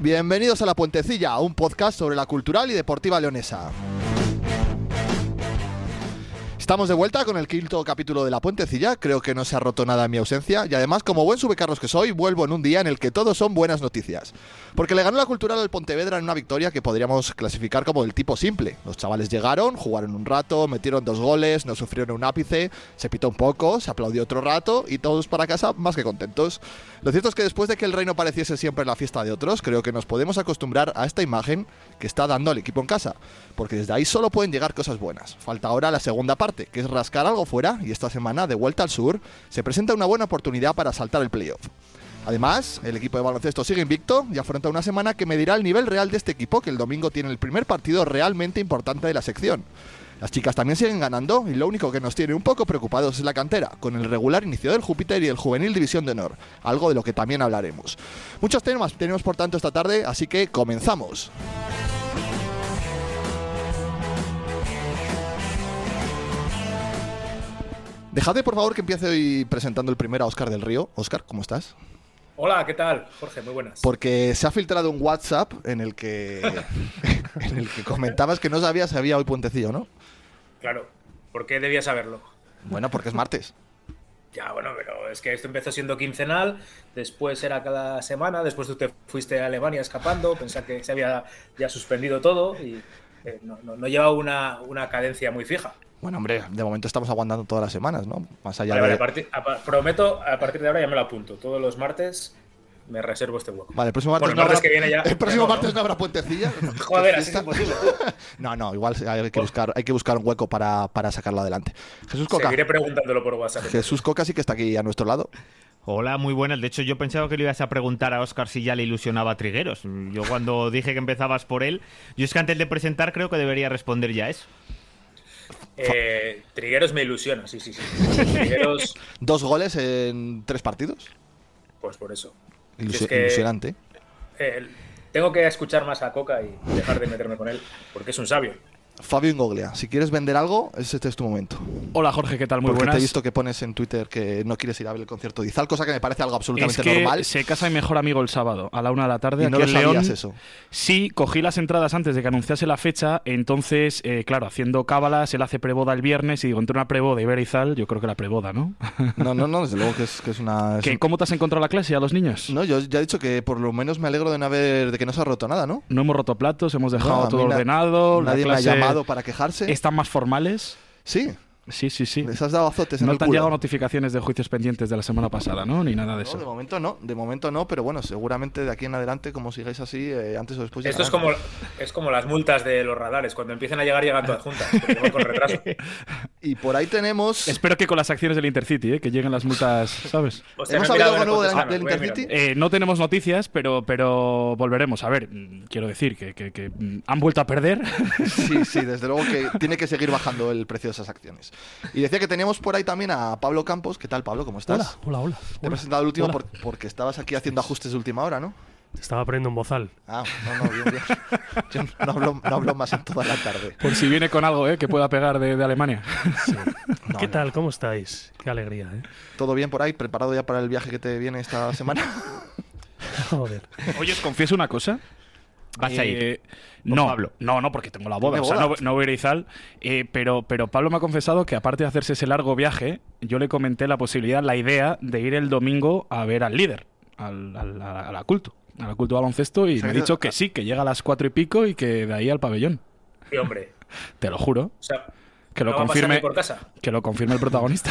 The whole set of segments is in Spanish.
Bienvenidos a La Puentecilla, un podcast sobre la cultural y deportiva leonesa. Estamos de vuelta con el quinto capítulo de La Puentecilla, creo que no se ha roto nada en mi ausencia, y además, como buen subecarros que soy, vuelvo en un día en el que todo son buenas noticias. Porque le ganó la cultural al Pontevedra en una victoria que podríamos clasificar como del tipo simple. Los chavales llegaron, jugaron un rato, metieron dos goles, no sufrieron un ápice, se pitó un poco, se aplaudió otro rato, y todos para casa más que contentos. Lo cierto es que después de que el reino pareciese siempre la fiesta de otros, creo que nos podemos acostumbrar a esta imagen que está dando el equipo en casa, porque desde ahí solo pueden llegar cosas buenas. Falta ahora la segunda parte, que es rascar algo fuera, y esta semana, de vuelta al sur, se presenta una buena oportunidad para saltar el playoff. Además, el equipo de baloncesto sigue invicto y afronta una semana que medirá el nivel real de este equipo que el domingo tiene el primer partido realmente importante de la sección. Las chicas también siguen ganando y lo único que nos tiene un poco preocupados es la cantera, con el regular inicio del Júpiter y el juvenil División de Honor, algo de lo que también hablaremos. Muchos temas tenemos por tanto esta tarde, así que comenzamos. Dejadme por favor que empiece hoy presentando el primero a Óscar del Río. Óscar, ¿cómo estás? Hola, ¿qué tal? Jorge, muy buenas. Porque se ha filtrado un WhatsApp en el que, en el que comentabas que no sabías si había hoy puentecillo, ¿no? Claro, ¿por qué debía saberlo? Bueno, porque es martes. Ya, bueno, pero es que esto empezó siendo quincenal, después era cada semana, después tú te fuiste a Alemania escapando, pensaba que se había ya suspendido todo y eh, no, no- no lleva una, una cadencia muy fija. Bueno, hombre, de momento estamos aguantando todas las semanas, ¿no? Más allá Vale, vale, de... a partir- a pa- prometo, a partir de ahora ya me lo apunto. Todos los martes me reservo este hueco. Vale, el próximo martes, Bueno, el martes que viene ya- el próximo ya no, martes ¿no? no habrá puentecilla. Joder, así es Fiesta. imposible. No, no, igual hay que buscar, hay que buscar un hueco para, para sacarlo adelante. Jesús Coca. Seguiré preguntándolo por WhatsApp. Jesús Coca sí que está aquí a nuestro lado. Hola, muy buenas. De hecho, yo pensaba que le ibas a preguntar a Oscar si ya le ilusionaba a Trigueros. Yo cuando dije que empezabas por él, yo es que antes de presentar creo que debería responder ya eso. Eh, Trigueros me ilusiona, sí, sí, sí. Trigueros, Dos goles en tres partidos. pues por eso. Ilusio- Si es que- Ilusionante. Eh, tengo que escuchar más a Coca y dejar de meterme con él, porque es un sabio. Fabio Ingoglia, si quieres vender algo, ese- este es tu momento. Hola Jorge, ¿qué tal? Muy Porque buenas. te he visto que pones en Twitter que no quieres ir a ver el concierto de Izal, cosa que me parece algo es absolutamente que normal. se casa mi mejor amigo el sábado a la una de la tarde. Y aquí no lo en sabías León. eso. Sí, cogí las entradas antes de que anunciase la fecha. Entonces, eh, claro, haciendo cábalas, él hace preboda el viernes y digo, entre una preboda y ver a Izal, yo creo que la preboda, ¿no? No, no, no, desde luego que es, que es una. es ¿Que, un- ¿Cómo te has encontrado la clase a los niños? No, yo ya he dicho que por lo menos me alegro de no haber, de que no se ha roto nada, ¿no? No hemos roto platos, hemos dejado No, a mí todo na- ordenado. la Nadie me ha clase- llamado para quejarse. ¿Están más formales? Sí, Sí, sí, sí. les has dado azotes en No el te han culo. llegado notificaciones de juicios pendientes de la semana pasada, ¿no? Ni nada de No, de eso. momento no, de momento no, pero bueno, seguramente de aquí en adelante, como sigáis así, eh, antes o después. Esto es llegarán. como, es como las multas de los radares, cuando empiezan a llegar, llegan todas juntas, porque van con retraso. Y por ahí tenemos. Espero que con las acciones del Intercity, ¿eh? que lleguen las multas, ¿sabes? Hostia, ¿Hemos no he mirado sabido algo la nuevo del- contestana, del voy a mirar. Intercity? Eh, no tenemos noticias, pero, pero volveremos. A ver, mm, quiero decir que, que- que, mm, han vuelto a perder. Sí, sí, desde luego que tiene que seguir bajando el precio de esas acciones. Y decía que teníamos por ahí también a Pablo Campos. ¿Qué tal, Pablo? ¿Cómo estás? Hola, hola, hola. Te he hola, presentado el último hola. por- porque estabas aquí haciendo ajustes de última hora, ¿no? Te estaba poniendo un bozal. Ah, no, no, bien, bien. Yo no hablo, no hablo más en toda la tarde. Por si viene con algo ¿eh? que pueda pegar de, de Alemania. No, ¿Qué no. tal? ¿Cómo estáis? Qué alegría, ¿eh? ¿Todo bien por ahí? ¿Preparado ya para el viaje que te viene esta semana? Joder. Oye, os confieso una cosa. Vas a ir. Eh, con no, Pablo. no, no, porque tengo la boda. ¿Tiene O sea, boda? no, no voy a ir a Izal. eh, pero, pero Pablo me ha confesado que aparte de hacerse ese largo viaje, yo le comenté la posibilidad, la idea de ir el domingo a ver al líder, al, al- a la culto, a la culto baloncesto, y sea, me ha que- dicho que sí, que llega a las cuatro y pico y que de ahí al pabellón. Sí, hombre. Te lo juro. O sea, Que lo no va a pasar confirme. ni por casa. Que lo confirme el protagonista.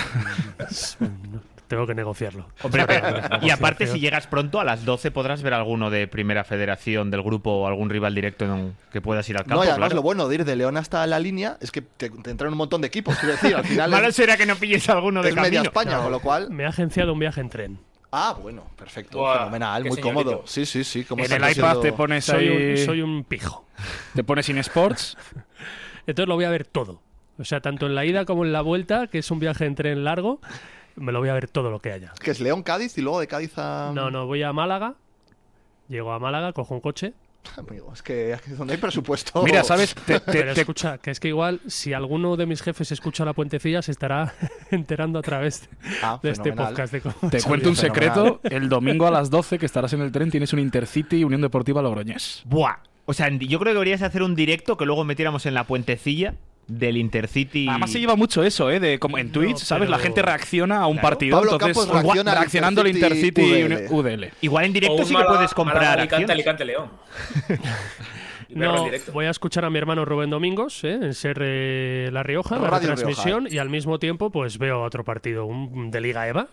Tengo que negociarlo. Hombre, pero- y aparte, si Negociación. llegas pronto, a las 12 podrás ver alguno de Primera Federación del grupo o algún rival directo en- que puedas ir al campo. no, y además claro. lo bueno de ir de León hasta la línea es que te, te entran un montón de equipos. Quiero decir, al final Malo es, será que no pilles alguno de es media camino. España, con lo cual. Me ha agenciado un viaje en tren. Ah, bueno, perfecto, Buah, fenomenal, qué muy señorito. cómodo. Sí, sí, sí. como En está el iPad siendo- te pones Soy ahí. un, soy un pijo. Te pones in sports. Entonces lo voy a ver todo. O sea, tanto en la ida como en la vuelta, que es un viaje en tren largo, me lo voy a ver todo lo que haya. Que es León Cádiz y luego de Cádiz a. No, no, voy a Málaga. Llego a Málaga, cojo un coche. Amigo, es que aquí es donde hay presupuesto. Mira, ¿sabes? Te- te- Pero te- escucha, que es que igual, si alguno de mis jefes escucha la puentecilla, se estará enterando a través de, Ah, de este fenomenal. podcast. De cómo- Te Oye, cuento un fenomenal. secreto. El domingo a las 12 que estarás en el tren tienes un Intercity Unión Deportiva Logroñés. Buah. O sea, yo creo que deberías hacer un directo que luego metiéramos en la puentecilla del Intercity. Además se lleva mucho eso, ¿eh? De, como en Twitch, ¿sabes? La pero- gente reacciona a un Claro. partido. Pablo entonces, Campos reacciona al reaccionando al Intercity Intercity UDL. Unión- UDL. Igual en O directo un sí que Málaga- puedes comprar Málaga, Alicante, acciones. Alicante, León. Y verlo en No, directo. voy a escuchar a mi hermano Rubén Domingos ¿eh? en Ser eh, La Rioja, la Radio transmisión, y al mismo tiempo pues veo otro partido un, de Liga EVA,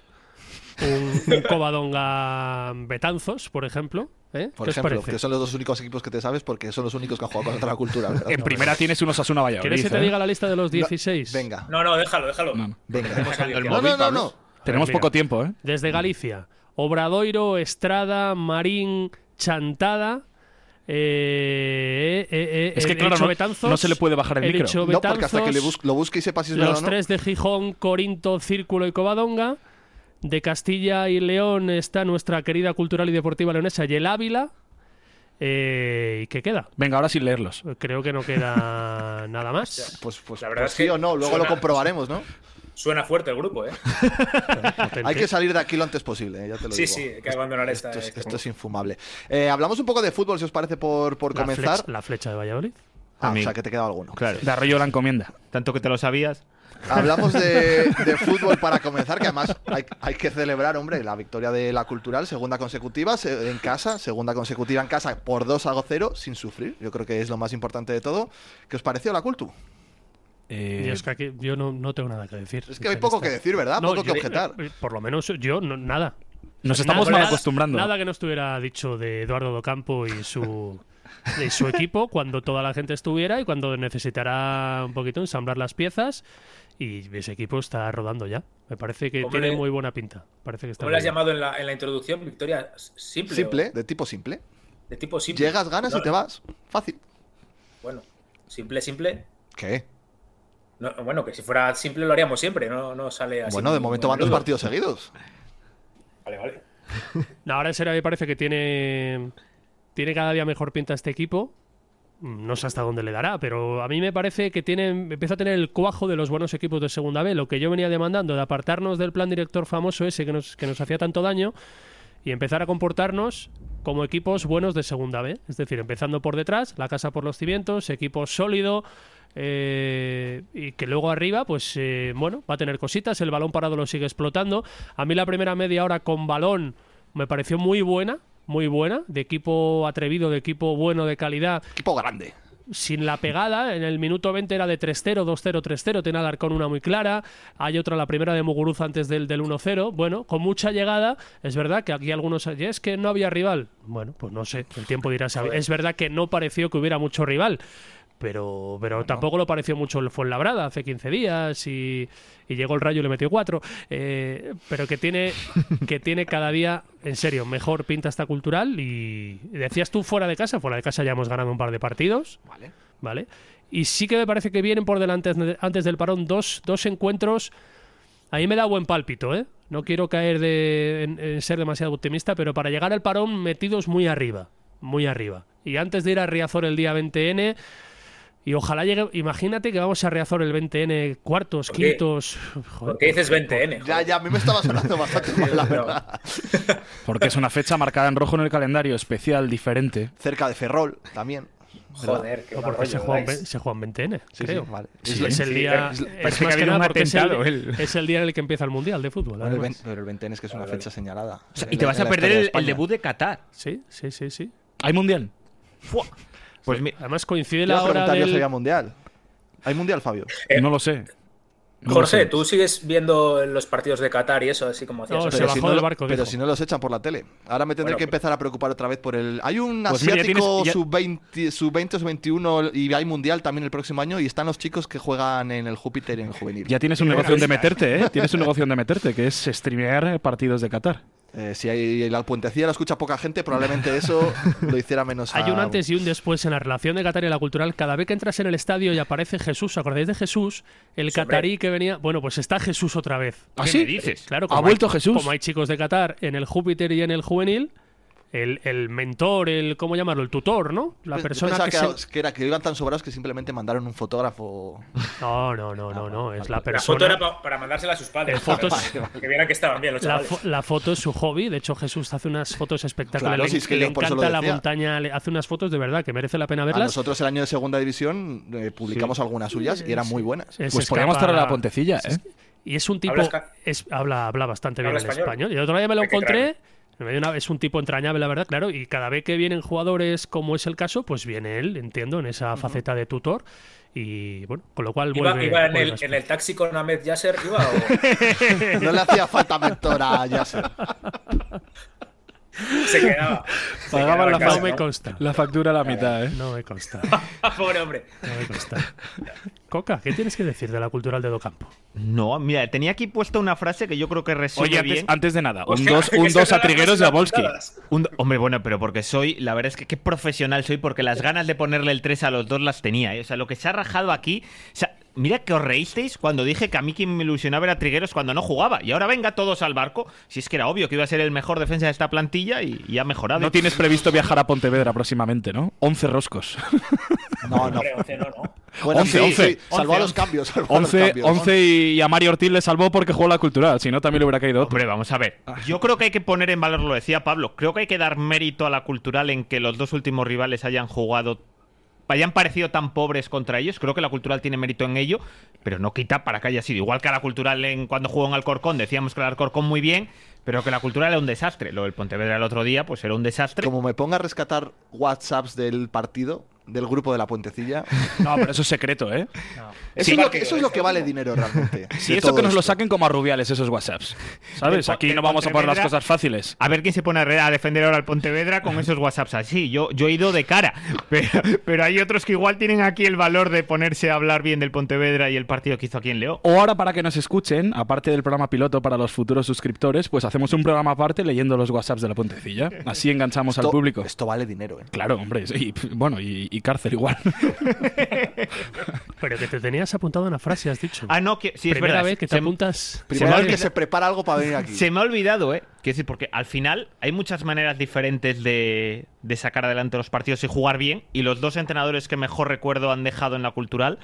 un, un Covadonga Betanzos, por ejemplo. ¿eh? Por ¿Qué os ejemplo, parece? que son los dos únicos equipos que te sabes porque son los únicos que han jugado contra la cultura. ¿verdad? En primera tienes unos Asuna Valladolid. ¿Quieres que te ¿eh? diga la lista de los 16? Venga, No, no, déjalo, déjalo. No, no. venga. Hemos salido. el No, no, no, no. Tenemos Mira. poco tiempo, ¿eh? Desde Galicia, Obradoiro, Estrada, Marín, Chantada. eh, eh, eh, eh, Es he que claro, dicho no, Betanzos, no se le puede bajar el he micro. dicho No, porque hasta que le Betanzos, bus- lo busque y sepas si es verdad o Los no. tres de Gijón, Corinto, Círculo y Covadonga. De Castilla y León está nuestra querida cultural y deportiva leonesa y el Ávila. Eh, ¿Y qué queda? Venga, ahora sin leerlos. Creo que no queda nada más. Pues, pues, La verdad pues es sí que o no, luego lo suena- comprobaremos, ¿no? Suena fuerte el grupo, ¿eh? Hay que salir de aquí lo antes posible, eh, ya te lo Sí, digo. sí, hay que abandonar esta. Esto es, esta- esto es infumable. Eh, hablamos un poco de fútbol, si os parece, por, por La comenzar. flecha- la flecha de Valladolid. Ah, o Amigo. sea, que te queda alguno. Claro. De Arroyo la encomienda. Tanto que te lo sabías. Hablamos de, de fútbol para comenzar, que además hay, hay que celebrar, hombre, la victoria de la cultural, segunda consecutiva se- en casa, segunda consecutiva en casa por 2 a 0, sin sufrir. Yo creo que es lo más importante de todo. ¿Qué os pareció la cultu? Eh, Yo, es que aquí- yo no, no tengo nada que decir. Es que hay poco que decir, ¿verdad? No, Poco que yo- objetar. eh, Por lo menos yo, no- nada. nos estamos Nada- mal acostumbrando. Nada que no estuviera dicho de Eduardo Docampo y su, y su equipo cuando toda la gente estuviera y cuando necesitará un poquito ensamblar las piezas. Y ese equipo está rodando ya. Me parece que Hombre. tiene muy buena pinta. Parece que está ¿Cómo muy le has bien. llamado en la, en la introducción? Victoria s- simple. Simple, de tipo simple. o De tipo simple. Llegas, ganas No, y te vas. Fácil. Bueno, simple, simple. ¿Qué? No, bueno, que si fuera simple lo haríamos siempre, no, no sale así. Bueno, de muy- momento muy van dos menudo. partidos seguidos. Vale, vale. No, ahora en serio me parece que tiene, tiene cada día mejor pinta este equipo. Mm, No sé hasta dónde le dará, pero a mí me parece que tiene, empieza a tener el cuajo de los buenos equipos de Segunda B, lo que yo venía demandando, de apartarnos del plan director famoso ese que nos, que nos hacía tanto daño y empezar a comportarnos como equipos buenos de Segunda B. Es decir, empezando por detrás, la casa por los cimientos, equipo sólido. eh, y que luego arriba, pues eh, bueno, va a tener cositas. El balón parado lo sigue explotando. A mí la primera media hora con balón me pareció muy buena, muy buena, de equipo atrevido, de equipo bueno, de calidad, Equipo grande. sin la pegada. En el minuto 20 era de 3-0, 2-0, 3-0, tenía Alarcón una muy clara, hay otra, la primera de Muguruza antes del, del 1-0. Bueno, con mucha llegada, es verdad que aquí algunos... "Y Es que no había rival. Bueno, pues no sé, el tiempo dirá... si había- Es verdad que no pareció que hubiera mucho rival. Pero, pero tampoco lo pareció mucho el Fuenlabrada hace 15 días y, y llegó el Rayo y le metió cuatro. Eh, pero que tiene, que tiene cada día, en serio, mejor pinta esta cultural. Y decías tú fuera de casa, fuera de casa ya hemos ganado un par de partidos. Vale. ¿vale? Y sí que me parece que vienen por delante antes- antes del parón dos, dos encuentros. A mí me da buen pálpito, ¿eh? No quiero caer de, en, en ser demasiado optimista, pero para llegar al parón metidos muy arriba, muy arriba. Y antes de ir a Riazor el día 20N, y ojalá llegue, imagínate que vamos a Riazor el 20N cuartos, qué? quintos. Joder, ¿Por qué dices 20N? Ya, Joder, ya, a mí me estaba sonando bastante mal, la Pero- verdad. Porque es una fecha marcada en rojo en el calendario, especial, diferente. Cerca de Ferrol también. Joder, qué no, mal porque se rollo, juegan, ¿verdad? ve- se juegan 20N, Sí, creo. sí, vale. Sí, es el día. pero- parece Es que más ha que habido nada un porque es el, atentado, él. es el día en el que empieza el mundial de fútbol. Bueno, el además. 20 pero el 20 es que es una fecha señalada. O sea, y te vas a perder el, el debut de Qatar. Sí, sí, sí, sí. ¿Hay mundial? Pues mi- Además coincide Te iba la a hora preguntar yo si del... había mundial. ¿Hay mundial, Fabio? No lo sé. No lo Jorge, sé. tú sigues viendo los partidos de Qatar y eso, así como hacías. No, antes? se Pero bajó si no del lo- barco, Pero dijo. si no los echan por la tele. Ahora me tendré Bueno, que pero- empezar a preocupar otra vez por el. Hay un Pues mira, ya tienes- asiático ya- sub-20, sub-20, sub-21 y hay mundial también el próximo año. Y están los chicos que juegan en el Júpiter en juvenil. Ya tienes un negocio de meterte, ¿eh? Tienes un negocio de meterte, que es streamear partidos de Qatar. Eh, si hay la puentecilla lo escucha poca gente, probablemente eso lo hiciera menos. Hay a- un antes y un después en la relación de Qatar y la cultural. Cada vez que entras en el estadio y aparece Jesús, ¿os ¿acordáis de Jesús? El catarí que venía... Bueno, pues está Jesús otra vez. ¿Ah, ¿qué sí? me dices? Claro, ¿Ha como vuelto hay- Jesús? Como hay chicos de Qatar en el Júpiter y en el juvenil, el, el mentor, el... ¿Cómo llamarlo? El tutor, ¿no? La Yo persona pensaba que, que, se- era- que era que iban tan sobrados que simplemente mandaron un fotógrafo. No, no, no, no, no. Es la La persona... foto era pa- para mandársela a sus padres. Eh, fotos- para- para Que vieran que estaban bien los La, chavales. fo- la foto es su hobby. De hecho, Jesús hace unas fotos espectaculares. Claro, le si es que le yo por eso lo encanta la decía. montaña. le- hace unas fotos de verdad que merece la pena A verlas. nosotros el año de segunda división eh, publicamos algunas suyas y eran muy buenas. Eh, se Pues podríamos escapa- traer a la puentecilla, ¿eh? Y es un tipo. ¿Habla esca- es- habla, habla bastante ¿Habla bien el español? español. Y el otro día me lo Hay que encontré. traerlo. me dio una- es un tipo entrañable, la verdad, claro. Y cada vez que vienen jugadores, como es el caso, pues viene él, entiendo, en esa faceta de tutor. Y bueno, con lo cual ¿Iba, vuelve. iba en, vuelve el, a en el taxi con Ahmed Yasser? ¿Iba o No le hacía falta mentora a Yasser. se quedaba? Se Pagaban quedaba la en casa, No me ¿no? consta. La factura a la mitad, ¿eh? No me consta. Ah, Pobre hombre. No me consta. Coca, ¿qué tienes que decir de la cultural de Docampo? no, mira, tenía aquí puesta una frase que yo creo que resume Oye, antes, bien. antes de nada, un Hostia, 2 que un se dos a quedan trigueros de las Abolsky. puntadas. Un- hombre, bueno, pero porque soy, la verdad es que qué profesional soy, porque las ganas de ponerle el 3 a los dos las tenía. ¿eh? O sea, lo que se ha rajado aquí. O sea, mira que os reísteis cuando dije que a mí quien me ilusionaba era Trigueros cuando no jugaba. Y ahora venga todos al barco. Si es que era obvio que iba a ser el mejor defensa de esta plantilla y, y ha mejorado. No tienes previsto viajar a Pontevedra próximamente, ¿no? 11 roscos. No, no. Hombre, once no, no. Bueno, Once, sí, once. sí, salvó a los Once, cambios. salvó a los 11, cambios. 11 y a Mario Ortiz le salvó porque jugó la cultural, si no también le hubiera caído otro. Ah. Hombre, vamos a ver. Yo creo que hay que poner en valor, lo decía Pablo, creo que hay que dar mérito a la cultural en que los dos últimos rivales hayan jugado, hayan parecido tan pobres contra ellos. Creo que la cultural tiene mérito en ello, pero no quita para que haya sido. Igual que a la cultural en, cuando jugó en Alcorcón, decíamos que el Alcorcón muy bien, pero que la cultural era un desastre. Lo del Pontevedra el otro día, pues era un desastre. Como me ponga a rescatar WhatsApps del partido, del grupo de la puentecilla. No, pero eso es secreto, ¿eh? Eso, es, lo que, eso es lo que vale dinero realmente. Si de eso todo que nos lo esto. saquen como a rubiales esos WhatsApps. ¿Sabes? Del Pon- Aquí del no vamos a poner las Pontevedra. cosas fáciles. A ver quién se pone a re- a defender ahora al Pontevedra con esos WhatsApps así. Yo, yo he ido de cara, pero, pero hay otros que igual tienen aquí el valor de ponerse a hablar bien del Pontevedra y el partido que hizo aquí en León. O ahora para que nos escuchen, aparte del programa piloto para los futuros suscriptores, pues hacemos un programa aparte leyendo los WhatsApps de la puentecilla. Así enganchamos al Esto- público. Esto vale dinero, ¿eh? Claro, hombre, y, bueno, y, y cárcel igual. Pero que te tenías apuntado una frase, has dicho. Ah, no, que, sí, es Primera verdad. vez que te se, apuntas. Se me Primera ha vez que olvidado- se prepara algo para venir aquí. se me ha olvidado, ¿eh? Quiero decir, porque al final hay muchas maneras diferentes de, de sacar adelante los partidos y jugar bien. Y los dos entrenadores que mejor recuerdo han dejado en la cultural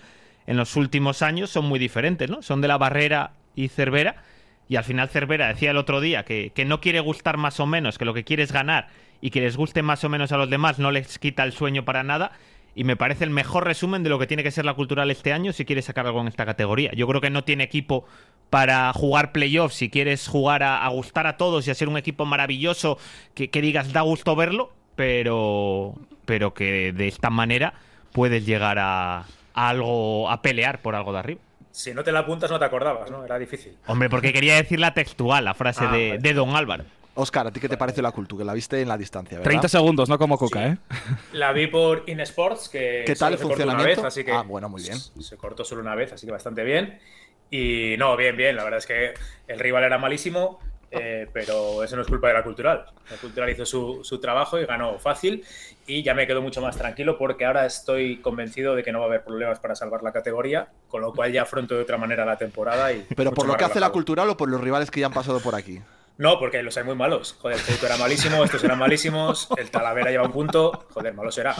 en los últimos años son muy diferentes, ¿no? Son de la Barrera y Cervera. Y al final Cervera decía el otro día que, que no quiere gustar más o menos, que lo que quiere es ganar y que les guste más o menos a los demás no les quita el sueño para nada. Y me parece el mejor resumen de lo que tiene que ser la cultural este año si quieres sacar algo en esta categoría. Yo creo que no tiene equipo para jugar playoffs, si quieres jugar a, a gustar a todos y a ser un equipo maravilloso que, que digas da gusto verlo, pero, pero que de esta manera puedes llegar a, a algo, a pelear por algo de arriba. Si no te la apuntas, no te acordabas, ¿no? Era difícil. Hombre, porque quería decir la textual, la frase Ah, de, vale. de Don Álvaro. Oscar, ¿a ti qué te parece la cultura? Que la viste en la distancia, ¿verdad? 30 segundos, no como coca, ¿eh? La vi por InSports, que ¿Qué tal el solo se cortó una funcionamiento? vez, así que Ah, bueno, muy bien. s- Se cortó solo una vez, así que bastante bien. Y no, bien, bien. La verdad es que el rival era malísimo, eh, pero eso no es culpa de la cultural. La cultural hizo su, su trabajo y ganó fácil. Y ya me quedo mucho más tranquilo porque ahora estoy convencido de que no va a haber problemas para salvar la categoría, con lo cual ya afronto de otra manera la temporada. Y ¿Pero mucho por lo más que hace la relajado. cultural o por los rivales que ya han pasado por aquí? No, porque los hay muy malos. Joder, el Ceuta era malísimo, estos eran malísimos, el Talavera lleva un punto. Joder, malo será.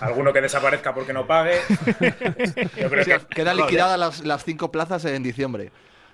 Alguno que desaparezca porque no pague. Yo creo O sea, que. quedan joder, liquidadas las, las cinco plazas en diciembre.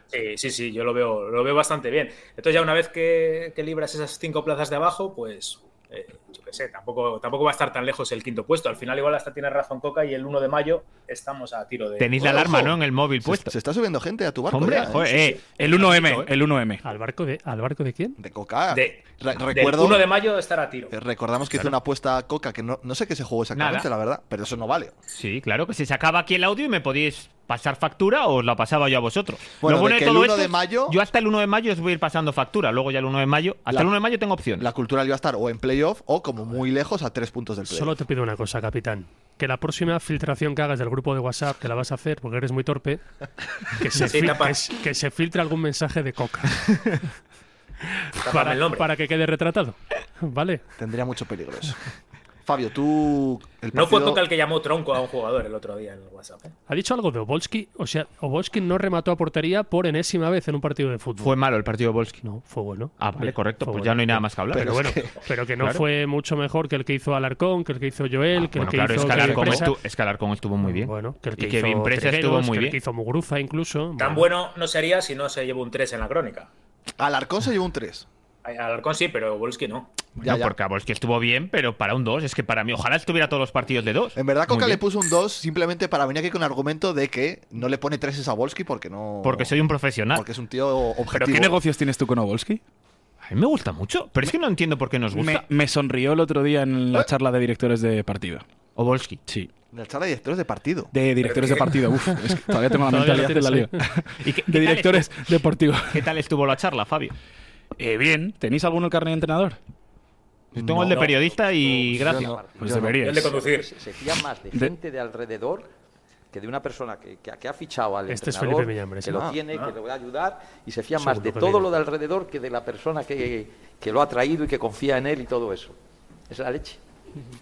Sí, sí, sí, yo lo veo, lo veo bastante bien. Entonces, ya una vez que, que libras esas cinco plazas de abajo, pues. eh, yo qué sé, tampoco, tampoco va a estar tan lejos el quinto puesto. Al final, igual hasta tiene razón Coca y el 1 de mayo estamos a tiro de. Tenéis la Ojo. alarma, ¿no? En el móvil Se, puesto. se está subiendo gente a tu barco. Hombre, ya, ¿eh? joder, eh, El 1M, el 1M. ¿Al barco de, al barco de quién? De coca. de- Re- del recuerdo, 1 de mayo estar a tiro. eh, recordamos que hizo una apuesta a coca que no, no sé qué se jugó exactamente, Nada. la verdad, pero eso no vale. Sí, claro, que si se acaba aquí el audio y me podéis pasar factura o os la pasaba yo a vosotros. Bueno, Lo de que el 1 de es- mayo- Yo hasta el 1 de mayo os voy a ir pasando factura, luego ya el 1 de mayo. Hasta La- el 1 de mayo tengo opción. La cultural iba a estar o en playoff o como muy lejos a tres puntos del playoff. Solo te pido una cosa, capitán. Que la próxima filtración que hagas del grupo de WhatsApp, que la vas a hacer porque eres muy torpe, que se, Sí, fil- tapa. que s- que se filtre algún mensaje de coca Tápame el nombre. para que quede retratado. ¿Vale? Tendría mucho peligro eso. Fabio, tú. el No fue partido- Coca el que llamó tronco a un jugador el otro día en el WhatsApp. ¿eh? ¿Ha dicho algo de Obolski? O sea, Obolski no remató a portería por enésima vez en un partido de fútbol. Fue malo el partido de Volsky. No, fue bueno. Ah, vale, correcto. fue Pues bueno. ya no hay nada más que hablar. Pero, bueno, pero que no Claro. fue mucho mejor que el que hizo Alarcón, que el que hizo Joel, que el Bueno, que claro, hizo escalar como, Presa. estuvo, estuvo muy bien. Bueno, que el que y Kevin hizo Presa Trigueros, estuvo muy que el bien. que hizo Muguruza incluso. Tan bueno no sería si no se llevó un 3 en la crónica. Alarcón se llevó un 3. Alarcón sí, pero Wolski no. Ya, No, ya. porque a Volsky estuvo bien, pero para un 2, es que para mí, ojalá estuviera todos los partidos de 2. En verdad, Coca le puso un 2 simplemente para venir aquí con el argumento de que no le pone 3 a Volsky porque no. Porque soy un profesional. Porque es un tío objetivo. ¿Pero qué negocios tienes tú con Obolski? A mí me gusta mucho, pero es que no entiendo por qué nos Me, gusta. me sonrió el otro día en ¿Eh? la charla de directores de partido. O Volsky. Sí. La charla de directores de partido. De directores de partido. Uf, es que todavía tengo la Todavía lo mentalidad de la liga. tienes ¿Y qué- qué De tal directores estuvo- deportivos. ¿Qué tal estuvo la charla, Fabio? Eh, bien, ¿tenéis alguno el carnet de entrenador? Yo tengo el de periodista y gracias. Pues Yo Yo no. deberías. el de conducir. se fía más de De- gente de alrededor que de una persona que, que- que ha fichado al Este es entrenador, Felipe Miñambres, que ¿eh? lo Ah, tiene, que le va a ayudar, y se fía Un más segundo, de que todo viene. lo de alrededor que de la persona que, que lo ha traído y que confía en él y todo eso. Es la leche.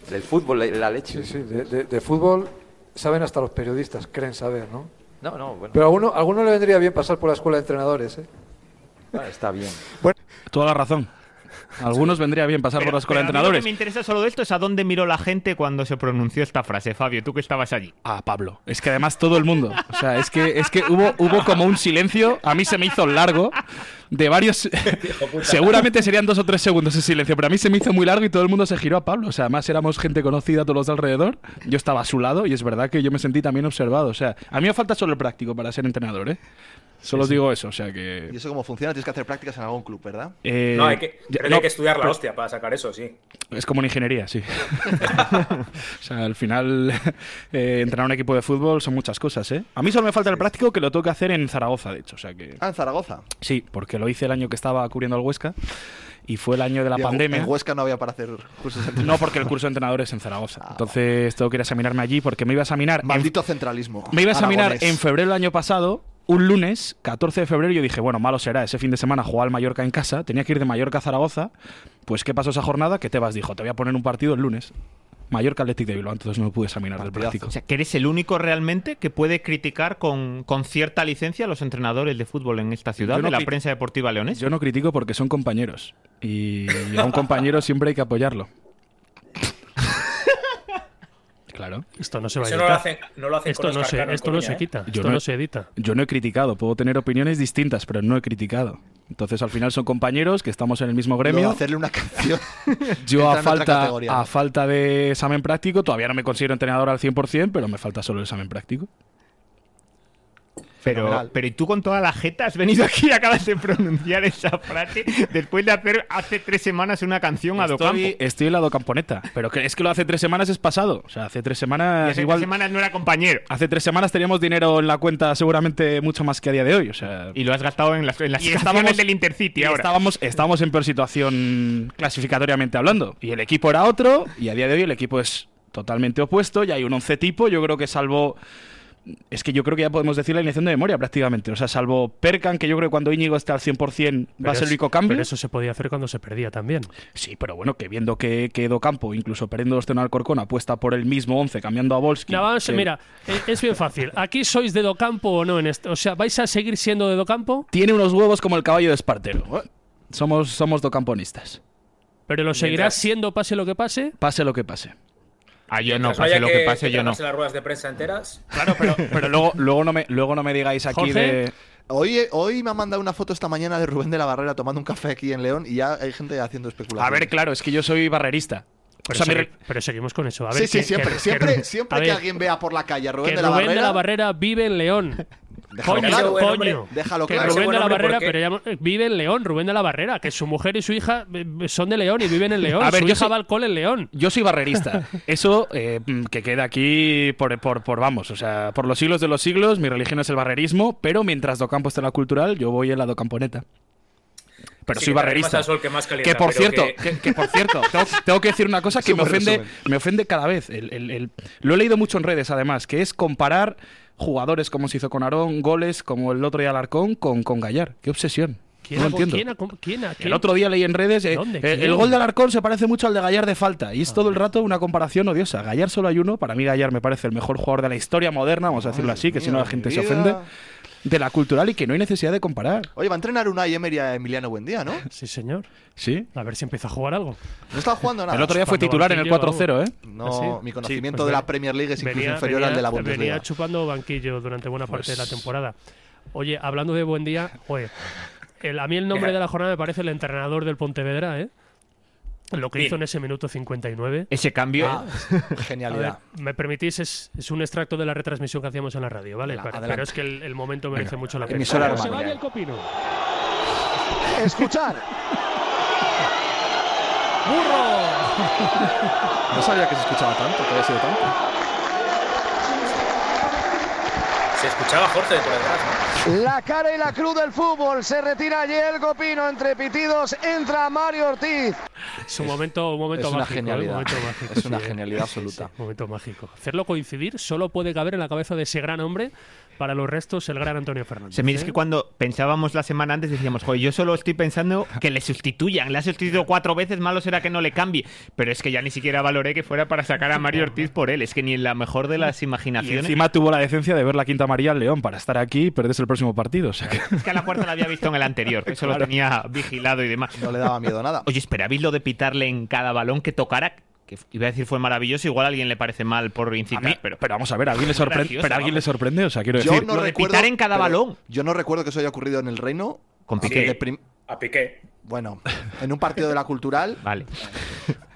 Del fútbol, la, la leche. de, de- de fútbol saben hasta los periodistas, creen saber, ¿no? No, no, bueno, Pero a alguno, a alguno le vendría bien pasar por la escuela de entrenadores, ¿eh? bueno, Ah, está bien. Toda la razón. A algunos vendría bien pasar por la escuela de Pero a mí Lo que entrenadores. me interesa solo de esto es a dónde miró la gente cuando se pronunció esta frase, Fabio, tú que estabas allí. A Pablo. Es que además todo el mundo. O sea, es que, es que hubo, hubo como un silencio. A mí se me hizo largo. De varios. Seguramente serían dos o tres segundos ese silencio, pero a mí se me hizo muy largo y todo el mundo se giró a Pablo. O sea, además éramos gente conocida todos los de alrededor. Yo estaba a su lado y es verdad que yo me sentí también observado. O sea, a mí me falta solo el práctico para ser entrenador, ¿eh? Solo os digo eso. O sea ¿Y que. eso cómo funciona? Tienes que hacer prácticas en algún club, ¿verdad? eh, No, hay que, ya- creo que no, hay que estudiar la pero- hostia para sacar eso, sí. Es como en ingeniería, sí. o sea, al final, eh, entrenar un equipo de fútbol son muchas cosas, ¿eh? A mí solo me falta el práctico que lo tengo que hacer en Zaragoza, de hecho. O sea que. Ah, en Zaragoza. Sí, porque lo hice el año que estaba cubriendo al Huesca y fue el año de la Y en- pandemia. En Huesca no había para hacer cursos de No, porque el curso de entrenador es en Zaragoza. Entonces tengo que ir a examinarme allí porque me iba a examinar. en- Maldito centralismo. me iba a examinar aragonés. en febrero del año pasado, un lunes, 14 de febrero, y yo dije, bueno, malo será, ese fin de semana jugaba al Mallorca en casa, tenía que ir de Mallorca a Zaragoza. Pues, ¿qué pasó esa jornada? Que Tebas dijo, te voy a poner un partido el lunes. Mallorca Athletic de Bilbao, entonces no me pude examinar del Partidazo. práctico. O sea, que eres el único realmente que puede criticar con, con cierta licencia a los entrenadores de fútbol en esta ciudad, Yo no de la cri- prensa deportiva leonesa. Yo no critico porque son compañeros. Y y a un compañero siempre hay que apoyarlo. Claro. Esto no se va a Eso no lo editar. hacen, no lo hacen con Esto no Oscar se, Cano en esto no Coruña, se ¿eh? quita, Yo esto no- no se edita. Yo no he criticado, puedo tener opiniones distintas, pero no he criticado. Entonces al final son compañeros que estamos en el mismo Luego gremio. hacerle una canción. Entra en Yo a otra falta, categoría, ¿no? a falta de examen práctico, todavía no me considero entrenador al 100%, pero me falta solo el examen práctico. Pero, Fenomenal. pero ¿y tú con toda la jeta has venido aquí y acabas de pronunciar esa frase después de hacer hace tres semanas una canción a Docampo? Estoy, estoy en la Docamponeta. Pero que es que lo hace tres semanas es pasado. O sea, hace Y tres semanas hace Ah, igual. tres semanas no era compañero. Hace tres semanas teníamos dinero en la cuenta seguramente mucho más que a día de hoy. O sea, Y lo has gastado en las, en las Y estaciones estábamos- del Intercity y ahora. Estábamos, estábamos en peor situación clasificatoriamente hablando. Y el equipo era otro, y a día de hoy el equipo es totalmente opuesto, y hay un once tipo, yo creo que salvo... Es que yo creo que ya podemos decir la iniciación de memoria prácticamente. O sea, salvo Percan, que yo creo que cuando Íñigo esté al 100% va Pero a ser el es- único cambio. Pero eso se podía hacer cuando se perdía también. Sí, pero bueno, que viendo que, que Edo Campo, incluso perdiendo dos en Alcorcón, apuesta por el mismo 11, cambiando a Volsky. No, vamos, que- Mira, eh, es bien fácil. ¿Aquí sois de Docampo o no? En esto? O sea, ¿vais a seguir siendo de Docampo? Tiene unos huevos como el caballo de Espartero. Oh, Somos, somos docamponistas. ¿Pero lo seguirás siendo pase lo que pase? Pase lo que pase. Ah, yo Mientras no haya tragarse las ruedas de prensa enteras. Claro, pero, pero luego, luego, no me, luego no me digáis aquí Jorge. de. Hoy, eh, hoy me ha mandado una foto esta mañana de Rubén de la Barrera tomando un café aquí en León y ya hay gente haciendo A especulaciones. ver, claro, es que yo soy barrerista. O Pero, sea, mi segui- re- pero seguimos con eso. A ver, sí, sí, que- siempre, que- siempre, que- siempre a que ver, alguien vea por la calle a Rubén, que de la, Rubén de Barrera, la Barrera vive en León. déjalo Coño, claro, ese buen hombre, coño. déjalo Que claro. ese Rubén buen de la hombre, Barrera, ¿por qué? pero ella eh, vive en León, Rubén de la Barrera, que su mujer y su hija eh, son de León y viven en León. A ver, su yo hija sí- va al cole en León. Yo soy barrerista. Eso eh, mm, que queda aquí por, por, por, vamos, o sea, por los siglos de los siglos, mi religión es el barrerismo, pero mientras Docampo está en la cultural, yo voy en la Docamponeta. Pero Sí, soy que te arrimas barrerista. al sol que más calienta, Que por pero cierto, que- que... que por cierto, tengo, tengo que decir una cosa que me Súper ofende, resumen. me ofende cada vez. El- el- el- lo he leído mucho en redes, además, que es comparar jugadores como se hizo con Aarón, goles como el otro día Alarcón con, con Gallar. Qué obsesión. ¿Quién, no ha- lo entiendo. ¿quién, ha- cómo- quién ha- El quién- otro día leí en redes eh, ¿Dónde? eh, ¿Quién? Ah. el gol de Alarcón se parece mucho al de Gallar de falta y es todo el rato una comparación odiosa. Gallar solo hay uno, para mí Gallar me parece el mejor jugador de la historia moderna, vamos a decirlo así, que si no mía, la gente mi se vida. ofende, de la cultural y que no hay necesidad de comparar. Oye, va a entrenar una y Emery a Emiliano Buendía, ¿no? Sí, señor. ¿Sí? A ver si empieza a jugar algo. No está jugando nada. El otro día fue Cuando titular en el Banquillo, 4-0, ¿eh? No, ¿Ah, sí? mi conocimiento Sí, pues de venía- la Premier League es incluso inferior al de la venía- Bundesliga. Pues venía chupando banquillo durante buena parte de la temporada. Oye, hablando de buen día, oye, el- a mí el nombre de la jornada me parece el entrenador del Pontevedra, ¿eh? Lo que Bien. hizo en ese minuto 59. Ese cambio. Ah. A ver, Genialidad. me permitís, es, es un extracto de la retransmisión que hacíamos en la radio, ¿vale? Adelante, Pero- Pero adelante. es que el, el momento merece mucho la pena. Emisora Se hermana. va Daniel Copino. Escuchar. ¡Burro! No sabía que se escuchaba tanto, que había sido tanto. Se escuchaba Jorge de por detrás. La cara y la cruz del fútbol. Se retira Yel Copino entre pitidos. Entra Mario Ortiz. Es un momento, un momento Es una mágico. ¿eh? Un genialidad. momento mágico, Es una sí, ¿eh? genialidad Sí, sí, absoluta. sí, momento mágico. Hacerlo coincidir solo puede caber en la cabeza de ese gran hombre. Para los restos, el gran Antonio Fernández. Se mira, es ¿eh? que cuando pensábamos la semana antes decíamos, joder, yo solo estoy pensando que le sustituyan. Le ha sustituido cuatro veces, malo será que no le cambie. Pero es que ya ni siquiera valoré que fuera para sacar a Mario Ortiz por él. Es que ni en la mejor de las Y ¿eh? imaginaciones. encima tuvo la decencia de ver la quinta María al León para estar aquí y perderse el próximo partido. O sea que- Es que a la cuarta la había visto en el anterior. Eso lo tenía vigilado y demás. No le daba miedo a nada. Oye, esperabais lo de pitarle en cada balón que tocara. Que iba a decir fue maravilloso. Igual a alguien le parece mal por A incitar, mí- pero, pero. vamos a ver, ¿a alguien le sorprende? Graciosa, pero a alguien le vamos. sorprende, o sea, quiero Yo decir, no lo de recuerdo. pitar en cada pero balón. Yo no recuerdo que eso haya ocurrido en el Reino. Con aunque Piqué. de prim- A Piqué. Bueno, en un partido de la cultural, Vale.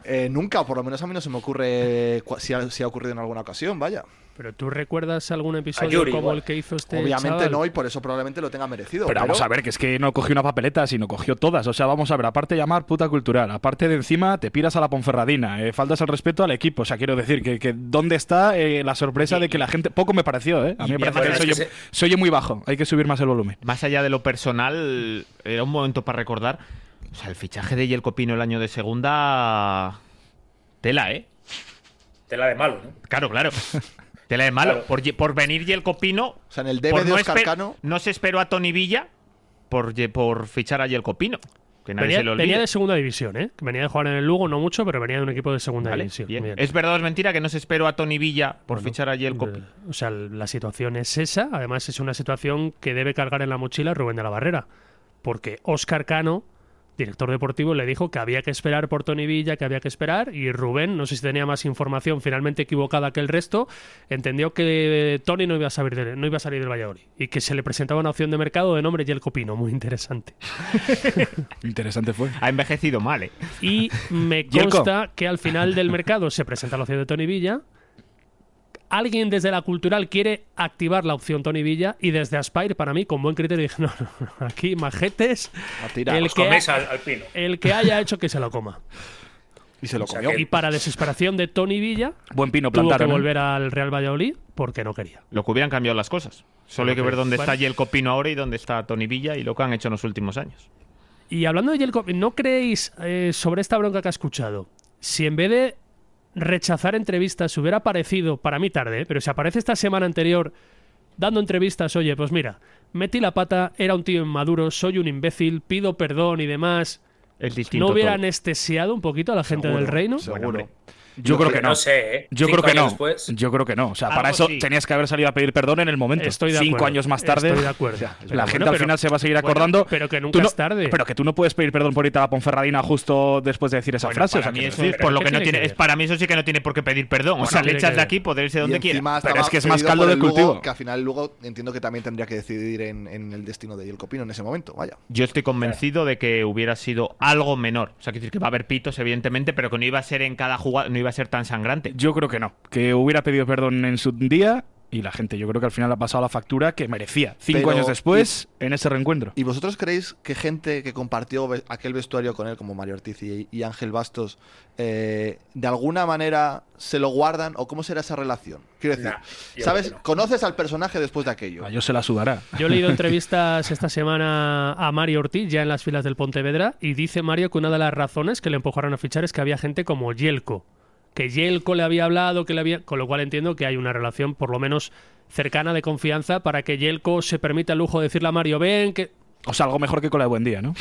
eh, nunca, o por lo menos a mí no se me ocurre eh, cua- si ha, si ha ocurrido en alguna ocasión, vaya. Pero tú recuerdas algún episodio Yuri, como igual. el que hizo este. Obviamente chaval? no, y por eso probablemente lo tenga merecido. Pero vamos a ver, que es que no cogió una papeleta, sino cogió todas. O sea, vamos a ver, aparte de llamar puta cultural, aparte de encima te piras a la Ponferradina, eh, faltas al respeto al equipo. O sea, quiero decir que, que ¿dónde está eh, la sorpresa de que la gente. Poco me pareció, ¿eh? A mí me y parece que además se es que oye, se- se oye muy bajo, hay que subir más el volumen. Más allá de lo personal, era un momento para recordar. O sea, el fichaje de Yelko Pino el año de segunda. Tela, ¿eh? Tela de malo, ¿no? Claro, claro. Tela de malo. Claro. Por, ye- por venir Yelko Pino. O sea, en el debe de Oscar Cano- No se esperó a Tony Villa por, ye- por fichar a Yelko Pino. Que nadie Venía, se lo olvide. venía de segunda división, ¿eh? Venía de jugar en el Lugo, no mucho, pero venía de un equipo de segunda Vale, división. bien. Bien. Es verdad o es mentira que no se esperó a Tony Villa por Bueno, fichar a Yelko Pino. Eh, O sea, la situación es esa. Además, es una situación que debe cargar en la mochila Rubén de la Barrera. Porque Óscar Cano, director deportivo, le dijo que había que esperar por Tony Villa, que había que esperar. Y Rubén, no sé si tenía más información finalmente equivocada que el resto, entendió que Tony no iba a salir del, no iba a salir del Valladolid. Y que se le presentaba una opción de mercado de nombre Yelko Pino. Muy interesante. Interesante fue. Ha envejecido mal, ¿eh? Y me Yelko. consta que al final del mercado se presenta la opción de Tony Villa. alguien desde la cultural quiere activar la opción Tony Villa y desde Aspire, para mí, con buen criterio, dije, no, no, aquí majetes, tirar. Os coméis al- al pino. el que haya hecho que se lo coma. Y se lo comió. Y para desesperación de Tony Villa, Buen pino tuvo que plantaron. ¿eh? volver al Real Valladolid porque no quería. Lo que hubieran cambiado las cosas. Solo hay que ver dónde Bueno. está Yelko Pino ahora y dónde está Tony Villa y lo que han hecho en los últimos años. Y hablando de Yelko, ¿no creéis eh, sobre esta bronca que ha escuchado? Si en vez de rechazar entrevistas hubiera aparecido, para mí tarde, ¿eh? pero si aparece esta semana anterior dando entrevistas, oye, pues mira, metí la pata, era un tío inmaduro, soy un imbécil, pido perdón y demás, Es distinto. ¿no hubiera todo. anestesiado un poquito a la gente del reino? hombre. Seguro. Yo creo que no. No sé, ¿eh? Yo Cinco creo que no. años después. Yo creo que no. O sea, Algo para eso sí. tenías que haber salido a pedir perdón en el momento. Estoy de Cinco acuerdo. años más tarde. Estoy de acuerdo. o sea, Pero la bueno, gente al pero- final se va a seguir bueno, acordando. pero que Tú nunca no- es tarde. Pero que tú no puedes pedir perdón por irte a la Ponferradina justo después de decir esa Bueno, frase. o para sea, mí quiero eso- decir, por lo ¿qué que no tiene tiene, que es ver? para mí eso sí que no tiene por qué pedir perdón. o Bueno, sea, le tiene echas que de ver. aquí, poder irse Y donde quiera. encima Pero estaba es que es más cedido por caldo de el Lugo, cultivo. Que al final luego entiendo que también tendría que decidir en, en el destino de Yelcopino en ese momento. Vaya. Yo estoy convencido de que hubiera sido algo menor. O sea, quiero decir que va a haber pitos, evidentemente, pero que no iba a ser en cada jugada, no iba a ser tan sangrante. Yo creo que no. Que hubiera pedido perdón en su día y la gente, yo creo que al final ha pasado la factura que merecía. Cinco Pero- años después, en ese reencuentro. ¿Y vosotros creéis que gente que compartió ve- aquel vestuario con él, como Mario Ortiz y, y Ángel Bastos, eh, de alguna manera se lo guardan o cómo será esa relación? Quiero decir, Nah, yo ¿sabes? creo que no. Conoces al personaje después de aquello. A ellos se la sudará. Yo he leído entrevistas esta semana a Mario Ortiz, ya en las filas del Pontevedra, y dice Mario que una de las razones que le empujaron a fichar es que había gente como Yelko. Que Yelko le había hablado, que le había. Con lo cual entiendo que hay una relación, por lo menos cercana, de confianza para que Yelko se permita el lujo de decirle a Mario, ven, que. O sea, algo mejor que con la de buen día, ¿no?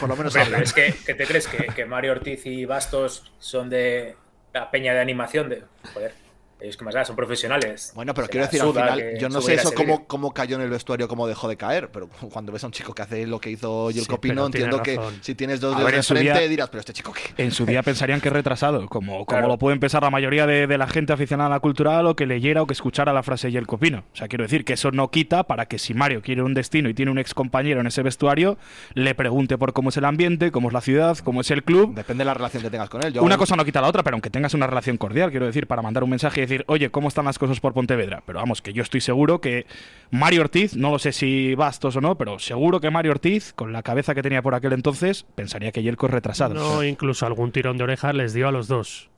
Por lo menos Hombre, hablan. pero es que, que te crees que, que Mario Ortiz y Bastos son de la peña de animación de. Joder, ellos que más da, son profesionales. Bueno, pero Se quiero la decir, al suda final, que yo no suba sé a ir a eso Sevilla. cómo, cómo cayó en el vestuario, cómo dejó de caer, pero cuando ves a un chico que hace lo que hizo Sí, Yelko pero Pino, tiene entiendo que razón. si tienes A dos ver, dedos en de su frente, día- dirás, pero este chico qué. En su día pensarían que es retrasado, como, como Claro. lo pueden pensar la mayoría de, de la gente aficionada a la cultural o que leyera o que escuchara la frase Yelko Pino. O sea, quiero decir que eso no quita para que si Mario quiere un destino y tiene un ex compañero en ese vestuario, le pregunte por cómo es el ambiente, cómo es la ciudad, cómo es el club. Depende de la relación que tengas con él. Yo- Una cosa no quita la otra, pero aunque tengas una relación cordial, quiero decir, para mandar un mensaje y decir, oye, ¿cómo están las cosas por Pontevedra? Pero vamos, que yo estoy seguro que Mario Ortiz, no lo sé si bastos o no, pero seguro que Mario Ortiz, con la cabeza que tenía por aquel entonces, pensaría que Yelko es retrasado. No, incluso algún tirón de orejas les dio a los dos.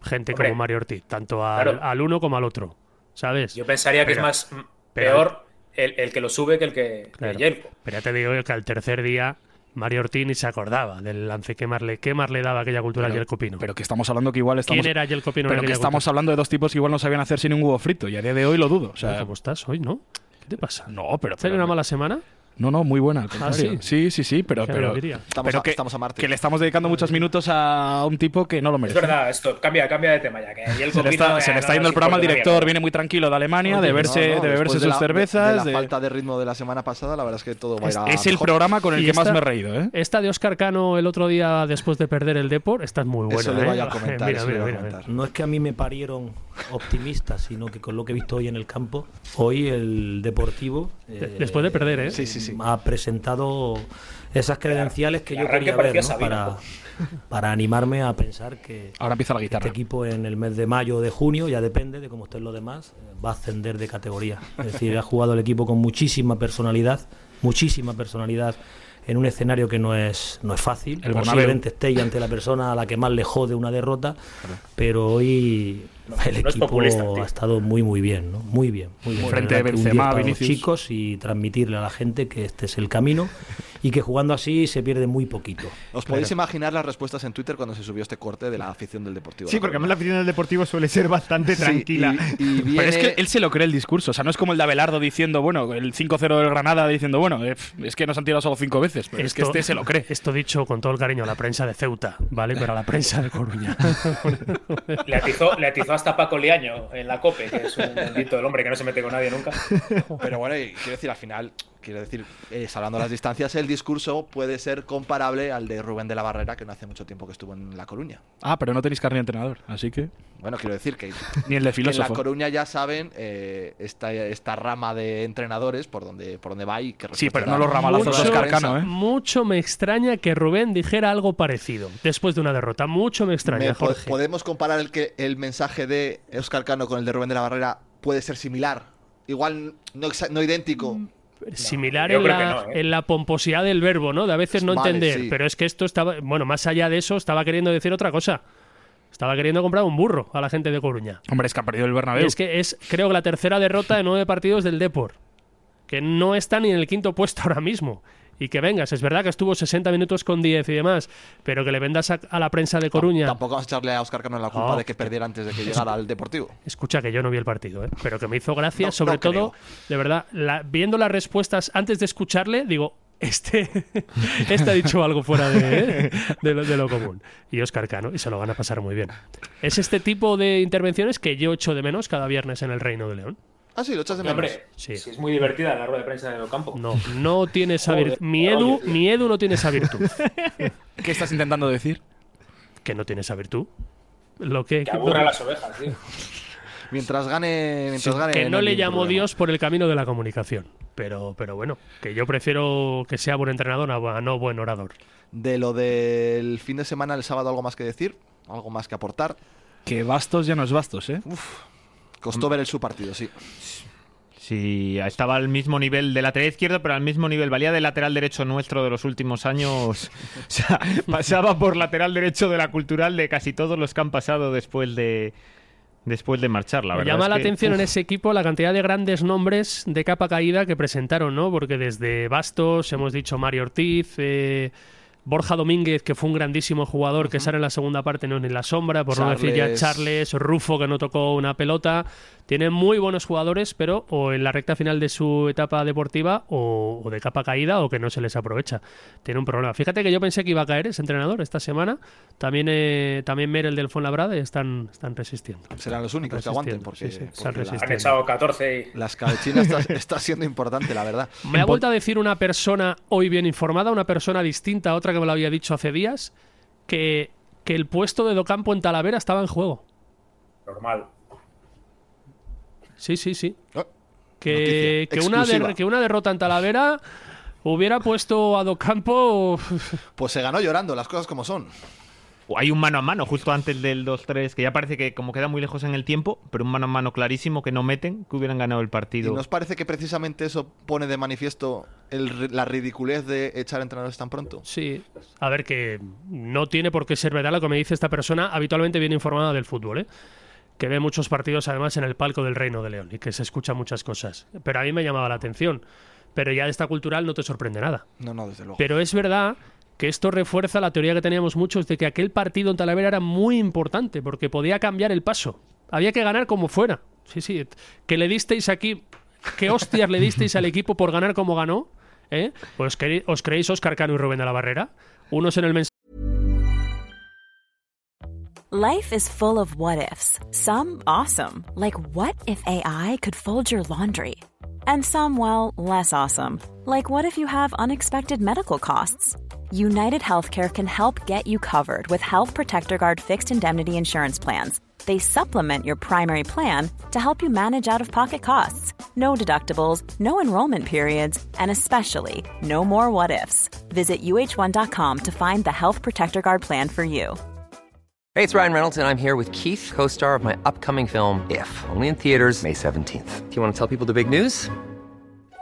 Gente Hombre. como Mario Ortiz, tanto al, Claro. al uno como al otro. ¿Sabes? Yo pensaría que Pero- es más mm, pero- peor el, el que lo sube que el que, que Claro. Yelko. Pero ya te digo yo que al tercer día Mario Ortiz ni se acordaba del lance que más le, que más le daba aquella cultura a Yelko Pino. Pero que estamos hablando que igual estamos. ¿Quién era Yelko Pino? en Pero que aquella estamos hablando de dos tipos que igual no sabían hacer sin un huevo frito. Y a día de hoy lo dudo. O cultura? sea, ¿Cómo estás hoy, no? ¿Qué te pasa? eh, no, pero. ¿Has tenido una mala semana? No, no, muy buena. al contrario. sí? sí, sí, pero. Ya pero lo diría. Estamos pero a- que, estamos a Marte. que le estamos dedicando muchos minutos a un tipo que no lo Es merece. verdad, esto, cambia, cambia de tema ya. Que Yelko Se le Pino, está, eh, se le no está yendo nos el programa al importa director, nadie. viene muy tranquilo de Alemania, Oye, de no, verse, No, no, de beberse después de la- sus de- De, cervezas. la de- falta de ritmo de la semana pasada, la verdad es que todo va a ir a Es el mejor. programa con el Y que más esta- me he reído, ¿eh? Esta de Oscar Cano el otro día después de perder el Depor, esta es muy buena. Eso le voy ¿eh? a comentar, Mira, eso le mira, voy a mira, mira. comentar. No es que a mí me parieron optimista, sino que con lo que he visto hoy en el campo, hoy el Deportivo eh, Después de perder, ¿eh? Sí, sí, sí. ha presentado esas credenciales que El yo arranque quería ver parecía ¿no? Sabina, para, jo. para animarme a pensar que Ahora empieza la este guitarra. equipo en el mes de mayo o de junio, ya depende de cómo estén los demás, eh, va a ascender de categoría. Es decir, ha jugado el equipo con muchísima personalidad, muchísima personalidad en un escenario que no es, no es fácil. El Bernabéu. Posiblemente esté ya ante la persona a la que más le jode una derrota, pero hoy el no es equipo populista, tío. ha estado muy muy bien, ¿no? Muy bien, muy bien. Frente Tener de aquí un Benzema, día para los Vinicius. chicos y transmitirle a la gente que este es el camino y que jugando así se pierde muy poquito. Os podéis imaginar las respuestas en Twitter cuando se subió este corte de la afición del Deportivo. Sí, porque además la afición del deportivo suele ser bastante Sí, tranquila. Y, y viene- Pero es que él se lo cree el discurso. O sea, no es como el de Abelardo diciendo, bueno, el 5-0 del Granada diciendo, bueno, eh, pf, es que nos han tirado solo cinco veces. Pero es que Esto- este se lo cree. Esto dicho con todo el cariño a la prensa de Ceuta, ¿vale? Pero a la prensa de Coruña. Le atizó, le atizó hasta Paco Liaño en la COPE, que es un bendito el hombre que no se mete con nadie nunca. Pero bueno, y quiero decir, al final, Quiero decir, eh, salvando las distancias, el discurso puede ser comparable al de Rubén de la Barrera, que no hace mucho tiempo que estuvo en La Coruña. Ah, pero no tenéis carne de entrenador, así que. Bueno, quiero decir que, Ni el de que en La filósofo. Coruña ya saben eh, esta, esta rama de entrenadores por donde, por donde va y que Sí, pero respetará no los ramalazos de mucho Oscar Cano, esa- ¿eh? Mucho me extraña que Rubén dijera algo parecido después de una derrota. Mucho me extraña, Me po- Jorge. ¿Podemos comparar el, que, el mensaje de Oscar Cano con el de Rubén de la Barrera? Puede ser similar. Igual no, exa- no idéntico. Similar yo en creo la, que no, ¿eh? en la pomposidad del verbo, ¿no? De a veces no Vale, entender. sí. Pero es que esto estaba. Bueno, más allá de eso, estaba queriendo decir otra cosa. Estaba queriendo comprar un burro a la gente de Coruña. Hombre, es que ha perdido el Bernabéu. Es que es, creo que la tercera derrota de nueve partidos del Depor. Que no está ni en el quinto puesto ahora mismo. Y que vengas, es verdad que estuvo 60 minutos con 10 y demás, pero que le vendas a, a la prensa de Coruña. Tampoco vamos a echarle a Oscar Cano la culpa No. de que perdiera antes de que llegara al Deportivo. Escucha que yo no vi el partido, ¿eh? pero que me hizo gracia, No, sobre no todo, de verdad, la- viendo las respuestas antes de escucharle, digo, este, este ha dicho algo fuera de, ¿eh? de lo, de lo común. Y Oscar Cano, y se lo van a pasar muy bien. Es este tipo de intervenciones que yo echo de menos cada viernes en el Reino de León. Ah, sí, lo echas de menos. Hombre, Sí. si es muy divertida la rueda de prensa de Ocampo. No, no tiene esa Joder, virtud. Mi Edu, mi Edu no tiene esa virtud. ¿Qué estás intentando decir? Que no tiene esa virtud. Lo que, Que aburra a las ovejas, tío. Mientras gane. Mientras gane que no hay le ningún llamo problema. Dios por el camino de la comunicación. Pero, pero bueno, que yo prefiero que sea buen entrenador a a no buen orador. De lo del fin de semana, el sábado, algo más que decir, algo más que aportar. Que bastos ya no es bastos, ¿eh? Costó Mm. ver el su partido, sí. Sí, estaba al mismo nivel de lateral izquierdo, pero al mismo nivel. Valía de lateral derecho nuestro de los últimos años. O sea, pasaba por lateral derecho de la cultural de casi todos los que han pasado después de, después de marchar, la Me verdad. llama es la que, atención en este- uf, ese equipo la cantidad de grandes nombres de capa caída que presentaron, ¿no? Porque desde Bastos, hemos dicho Mario Ortiz, eh, Borja Domínguez, que fue un grandísimo jugador que sale en la segunda parte, no ni en la sombra, por no decir ya Charles. Charles, Rufo, que no tocó una pelota. Tienen muy buenos jugadores, pero o en la recta final de su etapa deportiva o, o de capa caída o que no se les aprovecha. Tiene un problema. Fíjate que yo pensé que iba a caer ese entrenador esta semana. También, eh, también Merel del Fuenlabrada y están, están resistiendo. Serán los únicos que aguanten, porque, Sí, sí, están porque la- Han resistiendo. echado 14 y. las cabechinas está, está siendo importante, la verdad. Me ha vuelto a decir una persona hoy bien informada, una persona distinta a otra que me lo había dicho hace días, que, que el puesto de Docampo en Talavera estaba en juego. Normal. Sí, sí, sí. Ah, Que, noticia que una, der- exclusiva. que una derrota en Talavera hubiera puesto a Docampo. Pues se ganó llorando, las cosas como son. Hay un mano a mano justo antes del 2-3, que ya parece que como queda muy lejos en el tiempo, pero un mano a mano clarísimo que no meten, que hubieran ganado el Y partido. nos parece que precisamente eso pone de manifiesto el ri- la ridiculez de echar entrenadores tan pronto. Sí. A ver, que no tiene por qué ser verdad lo que me dice esta persona, habitualmente bien informada del fútbol, ¿eh? que ve muchos partidos además en el palco del Reino de León y que se escucha muchas cosas. Pero a mí me llamaba la atención. Pero ya de esta cultural no te sorprende nada. No, no, desde luego. Pero es verdad que esto refuerza la teoría que teníamos muchos de que aquel partido en Talavera era muy importante porque podía cambiar el paso. Había que ganar como fuera. Sí, sí. Que le disteis aquí, qué hostias le disteis al equipo por ganar como ganó. ¿Eh? ¿Os, cre- ¿Os creéis Oscar Cano y Rubén de la Barrera? Unos en el mensaje. Life is full of what ifs. Some awesome, like what if AI could fold your laundry? And some, well, less awesome, like what if you have unexpected medical costs? United Healthcare can help get you covered with Health Protector Guard fixed indemnity insurance plans. They supplement your primary plan to help you manage out of pocket costs. No deductibles, no enrollment periods, and especially no more what ifs. Visit uh1.com to find the Health Protector Guard plan for you. Hey, it's Ryan Reynolds, and I'm here with Keith, co star of my upcoming film, If, only in theaters, May 17th. Do you want to tell people the big news?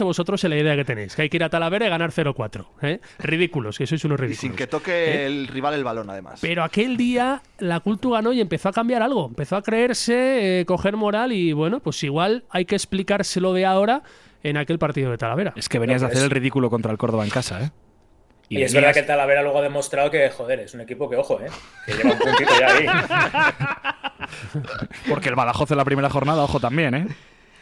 vosotros en la idea que tenéis, que hay que ir a Talavera y ganar 0-4. ¿eh? Ridículos, que sois unos Y ridículos. sin que toque ¿Eh? el rival el balón, además. Pero aquel día la cultura ganó y empezó a cambiar algo. Empezó a creerse, eh, coger moral y bueno, pues igual hay que explicárselo de ahora en aquel partido de Talavera. Es que venías a hacer el ridículo contra el Córdoba en casa, ¿eh? Y, venías- es verdad que el Talavera luego ha demostrado que, joder, es un equipo que, ojo, ¿eh? Que lleva un puntito ya ahí. Porque el Badajoz en la primera jornada, ojo también, ¿eh?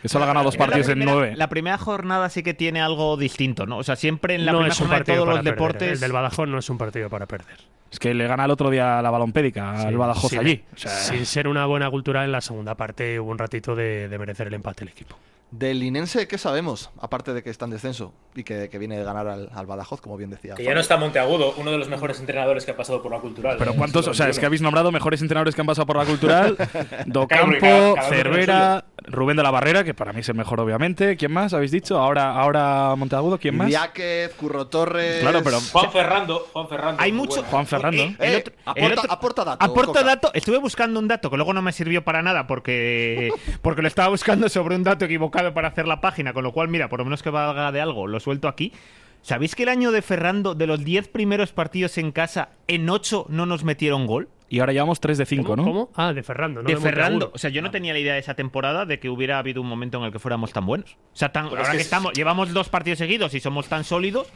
Eso le ha ganado dos la partidos en primera- nueve. La primera jornada sí que tiene algo distinto, ¿no? O sea, siempre en la no primera es un jornada de partido todos para los perder. deportes. El del Badajoz no es un partido para perder. Es que le gana el otro día la balompédica al Badajoz sin, allí. O sea, Sin ser una buena cultura, en la segunda parte hubo un ratito de, de merecer el empate el equipo. Del Linense, ¿qué sabemos? Aparte de que está en descenso y que, que viene de ganar al, al Badajoz, como bien decía. Que ya no está Monteagudo, uno de los mejores entrenadores que ha pasado por la cultural. Pero ¿eh? cuántos, o sea, es que habéis nombrado mejores entrenadores que han pasado por la cultural. Cada Docampo, uno- cada uno Cervera, Rubén de la Barrera, que para mí es el mejor, obviamente. ¿Quién más habéis dicho? Ahora, ahora Monteagudo, ¿quién más? Diáquez, Curro Torres. Eh, Claro, pero- Juan Ferrando, Juan Ferrando. Hay muy mucho. bueno. Juan Ferrando. Eh, el otro- aporta- el otro- aporta dato, aporta Coca. dato. Estuve buscando un dato que luego no me sirvió para nada porque, porque lo estaba buscando sobre un dato equivocado para hacer la página. Con lo cual, mira, por lo menos que valga de algo, lo suelto aquí. ¿Sabéis que el año de Ferrando, de los 10 primeros partidos en casa, en 8 no nos metieron gol? Y ahora llevamos 3 de 5, ¿no? ¿Cómo? Ah, de Ferrando, ¿no? de de Ferrando. Monteagudo. O sea, yo no tenía la idea de esa temporada de que hubiera habido un momento en el que fuéramos tan buenos. O sea, tan, Pero ahora es que que, es- estamos, llevamos dos partidos seguidos y somos tan sólidos.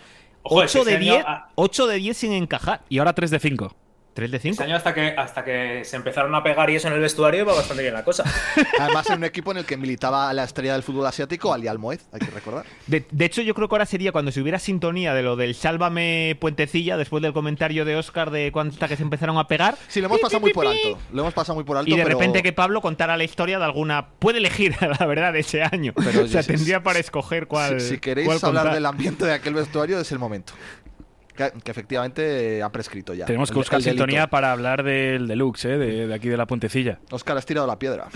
Ojo, es que 8 de este año 10, ha- 8 de 10 sin encajar. Y ahora 3 de 5. 3 de Este 5. año hasta que, hasta que se empezaron a pegar y eso en el vestuario va bastante bien la cosa. Además, en un equipo en el que militaba la estrella del fútbol asiático, Ali Almoez, hay que recordar. De, de hecho, yo creo que ahora sería cuando se hubiera sintonía de lo del Sálvame Puentecilla, después del comentario de Oscar de cuánto hasta que se empezaron a pegar. Sí, lo hemos pasado muy por alto. Lo hemos pasado muy por alto. Y de pero- repente que Pablo contara la historia de alguna. Puede elegir, la verdad, de ese año. Pero o sea, oye, si- tendría para escoger cuál. Si, si queréis cuál hablar contar. del ambiente de aquel vestuario, es el momento. Que, que efectivamente eh, ha prescrito ya. Tenemos que El- buscar el delito. sintonía para hablar del deluxe, ¿eh? de, de aquí de la puentecilla. Oscar, has tirado la piedra.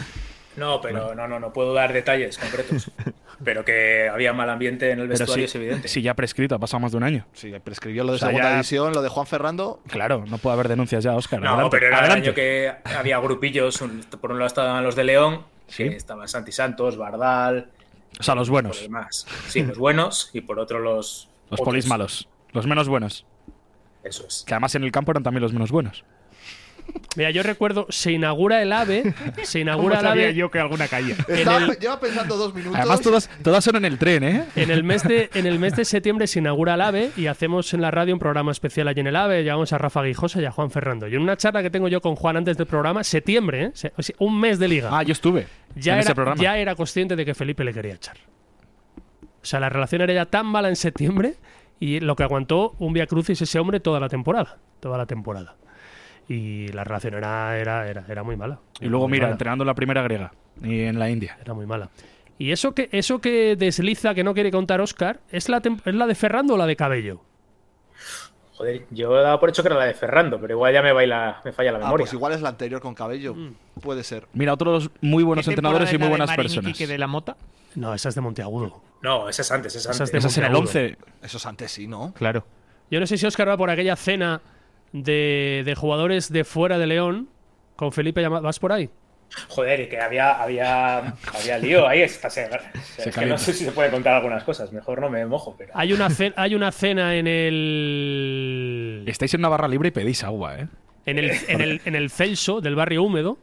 No, pero no, no, no puedo dar detalles concretos. Pero que había mal ambiente en el Pero vestuario sí, es evidente. sí, ya prescrito, ha pasado más de un año. Sí, prescribió lo de O sea, segunda ya- división, lo de Juan Ferrando. Claro, no puede haber denuncias ya, Oscar. No, adelante, pero era adelante. el año que había grupillos. un- Por un lado estaban los de León, que estaban Santi Santos, Bardal, O sea, los los buenos, demás. Sí, los buenos y por otro los. los otros. polis malos, los menos buenos. Eso es. Que además en el campo eran también los menos buenos. Mira, yo recuerdo, se inaugura el AVE, se inaugura el ¿Cómo sabía AVE yo que alguna caía? Estaba, Lleva pensando dos minutos. Además, todas, todas son en el tren, ¿eh? En el, mes de, en el mes de septiembre se inaugura el AVE y hacemos en la radio un programa especial allí en el AVE. Llevamos a Rafa Guijosa y a Juan Ferrando. Y en una charla que tengo yo con Juan antes del programa, septiembre, ¿eh? Se- o sea, un mes de liga. Ah, yo estuve ya, en era, ese programa. ya era consciente de que Felipe le quería echar. O sea, la relación era ya tan mala en septiembre y lo que aguantó un Via Crucis ese hombre toda la temporada. Toda la temporada. Y la relación era, era, era, era muy mala. Y luego, Muy mira, mala. entrenando en la primera griega y en la India. Era muy mala. Y eso que, eso que desliza, que no quiere contar Oscar, ¿es la, tem- es la de Ferrando o la de Cabello? Joder, yo he dado por hecho que era la de Ferrando, pero igual ya me baila, me falla la Ah, memoria. pues igual es la anterior con cabello. Puede ser. Mira, otros muy buenos ¿Qué entrenadores temporada es y la muy de buenas Marín y personas. Quique de la Mota? No, esa es de Monteagudo. No, esa es antes, esa es Esa es antes. de Esa es en el Monteagudo. 11. Esos antes sí, ¿no? Claro. Yo no sé si Oscar va por aquella cena de, de jugadores de fuera de León con Felipe Llama- ¿Vas por ahí? Joder, y que había, había, había lío ahí. Está, se- es que calienta. no sé si se puede contar algunas cosas, mejor no me mojo, pero. Hay una, ce- hay una cena en el. Estáis en una barra libre y pedís agua, ¿eh? En el, en el, en el Celso del barrio húmedo,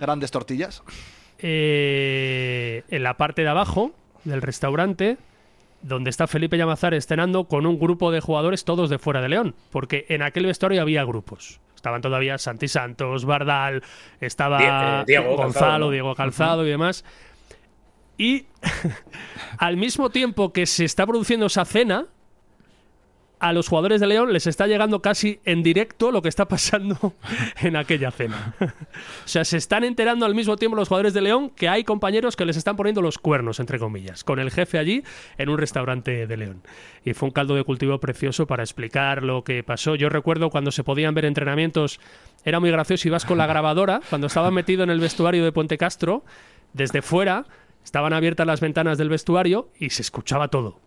Grandes tortillas. eh, en la parte de abajo del restaurante, donde está Felipe Llamazares cenando con un grupo de jugadores, todos de fuera de León. Porque en aquel vestuario había grupos. Estaban todavía Santi Santos, Bardal, estaba Die- eh, Diego Gonzalo, Calzado, ¿no? Diego Calzado y demás. Y al mismo tiempo que se está produciendo esa cena, a los jugadores de León les está llegando casi en directo lo que está pasando en aquella cena. o sea, se están enterando al mismo tiempo los jugadores de León que hay compañeros que les están poniendo los cuernos, entre comillas, con el jefe allí en un restaurante de León. Y fue un caldo de cultivo precioso para explicar lo que pasó. Yo recuerdo cuando se podían ver entrenamientos, era muy gracioso, ibas con la grabadora, cuando estaba metido en el vestuario de Puente Castro, desde fuera estaban abiertas las ventanas del vestuario y se escuchaba todo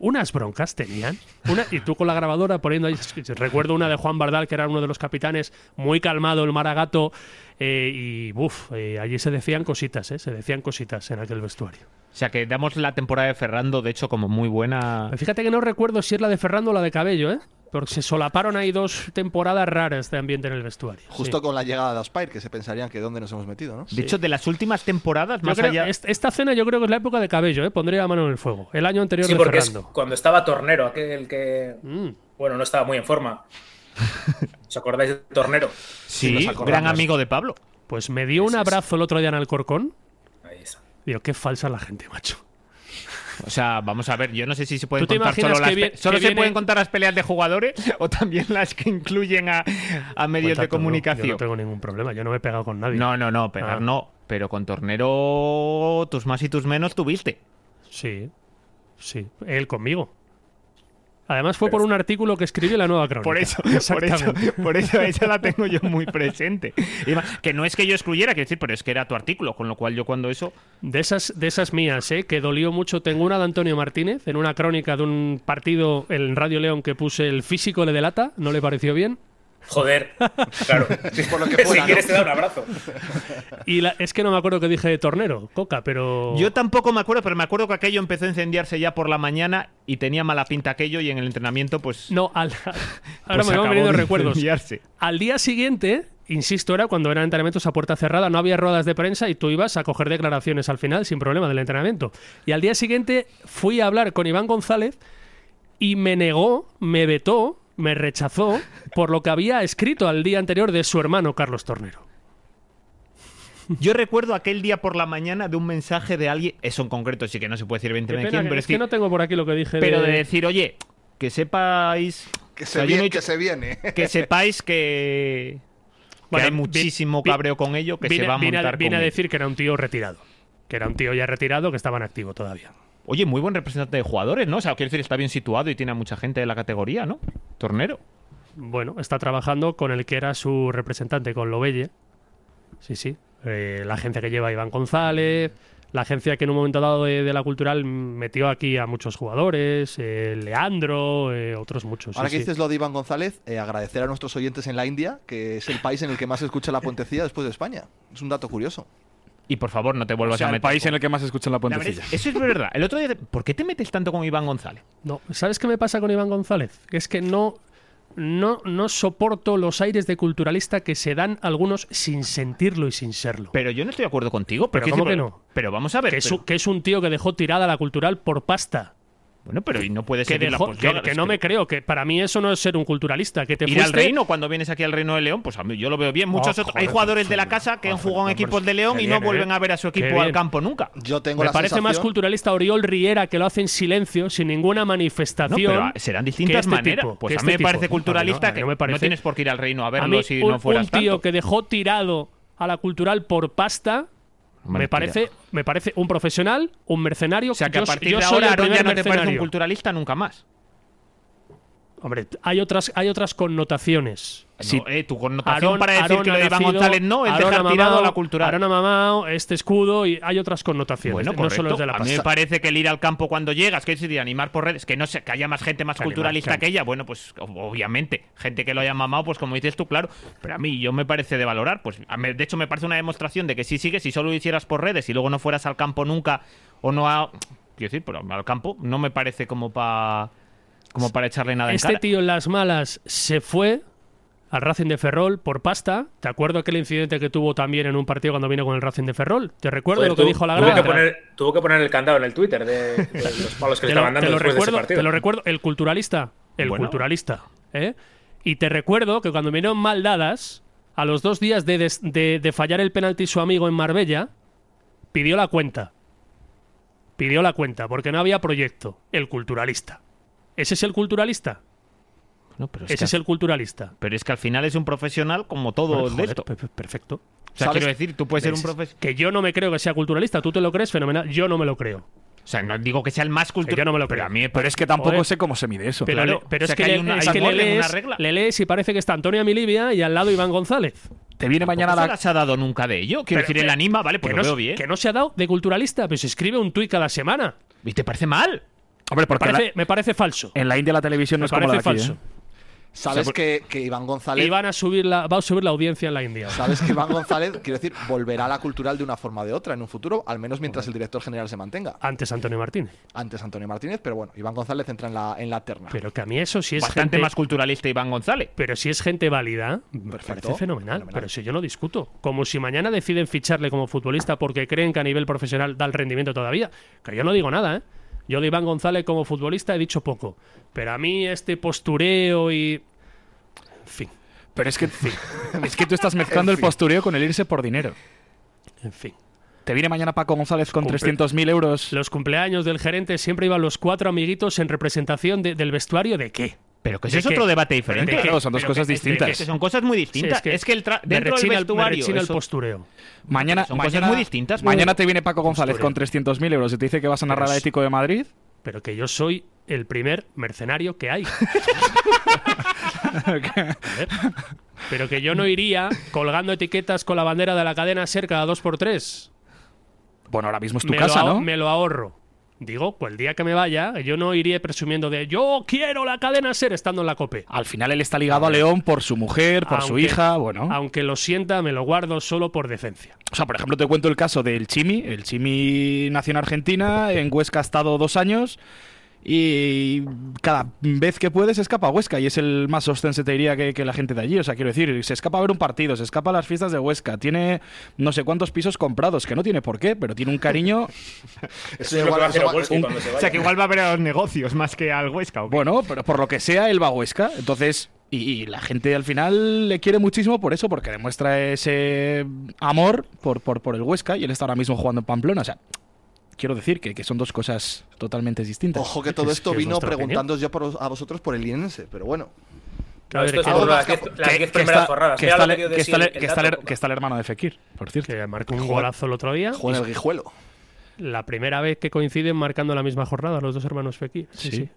unas broncas tenían. Una, y tú con la grabadora poniendo ahí. Recuerdo una de Juan Bardal, que era uno de los capitanes, muy calmado, el maragato. eh, y buf, eh, allí se decían cositas, ¿eh? Se decían cositas en aquel vestuario. O sea, que damos la temporada de Ferrando, de hecho, como muy Ah. buena. Fíjate que no recuerdo si es la de Ferrando o la de Cabello, ¿eh? Porque se solaparon ahí dos temporadas raras de ambiente en el vestuario. Justo Sí. con la llegada de Aspire, que se pensarían que dónde nos hemos metido, ¿no? De hecho, de las últimas temporadas, Yo más creo- allá. est- Esta cena yo creo que es la época de Cabello, ¿eh? Pondría la mano en el fuego. El año anterior Sí, de porque es Ferrando. cuando estaba Tornero, aquel que. Bueno, no estaba muy en forma. ¿Os acordáis de Tornero? Sí, nos acordamos. gran amigo de Pablo. Pues me dio un abrazo el otro día en Alcorcón. Digo, qué falsa la gente, macho. O sea, vamos a ver, yo no sé si se pueden ¿Tú te contar imaginas solo las que pe- vi- solo que se viene- pueden contar las peleas de jugadores o también las que incluyen a, a medios Cuenta de todo, comunicación. Pues yo no tengo ningún problema, yo no me he pegado con nadie. No, no, no, pegar Ah. no, pero con Tornero tus más y tus menos tuviste. Sí. Sí, él conmigo. Además fue por un artículo que escribió la nueva crónica. Por eso, por eso, Exactamente. por eso esa la tengo yo muy presente. Y ma- Que no es que yo excluyera, quiero decir, pero es que era tu artículo, con lo cual yo cuando eso De esas, de esas mías, ¿eh? que dolió mucho. Tengo una de Antonio Martínez en una crónica de un partido en Radio León que puse el físico le delata, no le pareció bien. Joder, claro. Por lo que fuera, si ¿no? quieres te da un abrazo. Y la- es que no me acuerdo que dije de tornero, coca, pero. Yo tampoco me acuerdo, pero me acuerdo que aquello empezó a incendiarse ya por la mañana y tenía mala pinta aquello y en el entrenamiento pues... No, al... Ahora pues me acabó van venido de recuerdos. incendiarse. Al día siguiente, insisto, era cuando eran entrenamientos a puerta cerrada, no había ruedas de prensa y tú ibas a coger declaraciones al final sin problema del entrenamiento. Y al día siguiente fui a hablar con Iván González y me negó, me vetó, me rechazó por lo que había escrito al día anterior de su hermano Carlos Tornero. Yo recuerdo aquel día por la mañana de un mensaje de alguien, eso en concreto sí que no se puede decir 20 Qué de pena quién, que- pero, es que no tengo por aquí lo que dije. pero de decir, oye, que sepáis... Que o sea, se, yo no he viene, dicho- que se viene. que sepáis que, que Bueno, hay muchísimo vi- cabreo con ello que vine, se va a vine montar vine con a ello. decir que era un tío retirado. Que era un tío ya retirado que estaba en activo todavía. Oye, muy buen representante de jugadores, ¿no? O sea, quiero decir, está bien situado y tiene a mucha gente de la categoría, ¿no? Tornero. Bueno, está trabajando con el que era su representante, con Lobelle. Sí, sí. Eh, la agencia que lleva Iván González, la agencia que en un momento dado de, de la cultural metió aquí a muchos jugadores, eh, Leandro, eh, otros muchos. sí, Ahora que sí. dices lo de Iván González, eh, agradecer a nuestros oyentes en la India, que es el país en el que más se escucha la puentecilla después de España. Es un dato curioso. Y por favor, no te O vuelvas sea, a el meter. país con- en el que más se escucha la La verdad puentecilla. es- eso es verdad. El otro día, te- ¿por qué te metes tanto con Iván González? No, ¿sabes qué me pasa con Iván González? Que Es que no, no, no soporto los aires de culturalista que se dan algunos sin sentirlo y sin serlo. Pero yo no estoy de acuerdo contigo. Pero quiero ¿cómo que decir, no? Pero vamos a ver. que, es, pero- un- que es un tío que dejó tirada la cultural por pasta. bueno, pero y no puede que, ser la dejó- posguerra, que- que es no que- me creo, que para mí eso no es ser un culturalista, que te Ir al fuiste- reino cuando vienes aquí al reino de León, pues a mí yo lo veo bien. Muchos Oh, otros, hay joder, Oh, jugadores de la casa que han jugado en equipos de León qué y no bien, vuelven eh. a ver a su Qué equipo al bien. campo nunca. Yo tengo Me la parece más sensación- culturalista Oriol Riera que lo hace en silencio, sin ninguna No, manifestación. pero ah, serán distintas que este maneras. tipo, pues que a mí este me parece tipo. culturalista A mí que no no, me parece. tienes por qué ir al reino a A verlo mí, si un, no fueras un tío tanto. que dejó tirado a la cultural por pasta. Hombre, Me parece, me parece un profesional, un mercenario. O sea, que a Yo- partir yo de soy ahora el Arón ya primer no te parece un mercenario. culturalista nunca más. Hombre, hay otras, hay otras connotaciones. Sí. eh, tu connotación Aarón- para decir Aarón que lo de ha Iván nacido- González no es Aarón dejar ha tirado mamado- a la cultural. Aarón ha mamado este escudo y hay otras connotaciones. Bueno, no solo correcto. es de la A mí me pasta. parece que el ir al campo cuando llegas, que es decir, animar por redes, que no sé, que haya más gente más Que animar, culturalista claro. que ella, bueno, pues ob- obviamente, gente que lo haya mamado, pues como dices tú, claro, pero a mí yo me parece de valorar, pues a mí- de hecho me parece una demostración de que si sigues y solo lo hicieras por redes y luego no fueras al campo nunca o no a, quiero decir, pero al campo no me parece como para como para echarle nada en Este cara. tío en las malas se fue al Racing de Ferrol por pasta. ¿Te acuerdo aquel incidente que tuvo también en un partido cuando vino con el Racing de Ferrol? ¿Te recuerdo Joder, lo que tu- dijo la tuvo grada? que, poner, tuvo que poner el candado en el Twitter de, de los palos que Te le lo, estaban dando te lo después recuerdo, de ese partido. te lo recuerdo, el culturalista, el Bueno. culturalista, ¿eh? Y te recuerdo que cuando vinieron mal dadas, a los dos días de, des- de- de fallar el penalti su amigo en Marbella, pidió la cuenta. Pidió la cuenta, porque no había proyecto. El culturalista. ¿Ese es el culturalista? No, pero es Ese que- es el culturalista. Pero es que al final es un profesional como todo Bueno, de joder, esto. pe- pe- Perfecto. O sea, quiero decir, tú puedes ser un profesional. Que yo no me creo que sea culturalista. Tú te lo crees, fenomenal. Yo no me lo creo. O sea, no digo que sea el más cultural. yo no me lo pero creo. a mí me Pero es que tampoco sé cómo se mide eso. Pero, Claro, le- pero o sea, es que, que hay le- una- es hay que un le, orden, una lees, regla. le lees y parece que está Antonio Milivia y al lado Iván González. Te viene Mañana mañana no se la. las ha dado nunca de ello. Quiero Pero- decir, el pero- anima, vale, pues que lo no, veo se- bien. que no se ha dado de culturalista, pero se escribe un tuit cada semana. ¿Y te parece mal? Hombre, Me porque la- parece, me parece falso. en la India la televisión no me es como la de parece aquí. falso. ¿eh? Sabes O sea, que, que Iván González. Y van a subir la, va a subir la audiencia en la India. Sabes que Iván González, quiero decir, volverá a la cultural de una forma o de otra en un futuro, al menos mientras el director general se mantenga. Antes Antonio Martínez. Antes Antonio Martínez, pero bueno, Iván González entra en la, en la terna. Pero que a mí eso sí es Bastante gente- más culturalista Iván González. Pero si es gente válida, me Perfecto. parece fenomenal, Fenomenal. Pero si yo no discuto. Como si mañana deciden ficharle como futbolista porque creen que a nivel profesional da el rendimiento todavía. Que yo no digo nada, ¿eh? Yo de Iván González como futbolista he dicho poco, pero a mí este postureo y... En fin. Pero es que, es que tú estás mezclando el En fin. postureo con el irse por dinero. En fin. Te viene mañana Paco González con Cumple- 300.000 euros. Los cumpleaños del gerente siempre iban los cuatro amiguitos en representación de- del vestuario de qué. Pero que ¿De ese Pues es qué? otro debate ¿Pero de diferente. qué? Claro, son dos Pero cosas que- es que- distintas. que son cosas muy distintas. Sí, es que el tra- me dentro del rechina- me vestuario, rechina el eso- postureo. Mañana, Son mañana- cosas muy distintas. muy- Mañana te viene Paco González con 300.000 euros y te dice que vas a narrar Pero a es- Ético de Madrid. Pero que yo soy el primer mercenario que hay. Joder. Pero que yo no iría colgando etiquetas con la bandera de la cadena ser cada dos por tres. Bueno, ahora mismo es tu Me lo casa, ahor- ¿no? Me lo ahorro. Digo, pues el día que me vaya, yo no iré presumiendo de yo quiero la cadena ser estando en la cope. Al final él está ligado a León por su mujer, por su Aunque- hija, bueno. Aunque lo sienta, me lo guardo solo por decencia. O sea, por ejemplo, te cuento el caso del Chimi. El Chimi nació en Argentina, en Huesca ha estado dos años y cada vez que puede se escapa a Huesca y es el más sostén, se te diría, que, que la gente de allí. O sea, quiero decir, se escapa a ver un partido, se escapa a las fiestas de Huesca, tiene no sé cuántos pisos comprados, que no tiene por qué, pero tiene un cariño... Eso es lo que va a hacer Huesca un- cuando se O sea, que igual va a haber a los negocios más que al Huesca. ¿o qué? Bueno, pero por lo que sea, él va a Huesca. Entonces, y, y la gente al final le quiere muchísimo por eso, porque demuestra ese amor por, por, por el Huesca y él está ahora mismo jugando en Pamplona. O sea, quiero decir que, que son dos cosas totalmente distintas. Ojo que todo esto vino preguntándoos yo por- a vosotros por el INS, pero bueno. Claro, esto es que- por que- las diez- las diez que- que primeras está- jornadas. que Mira está lo le- que quiero que está decir, le- el que está dato le- que está el hermano de Fekir, por cierto. Que marcó un golazo el otro día. Juan el Guijuelo. La primera vez que coinciden marcando la misma jornada los dos hermanos Fekir. Sí, sí.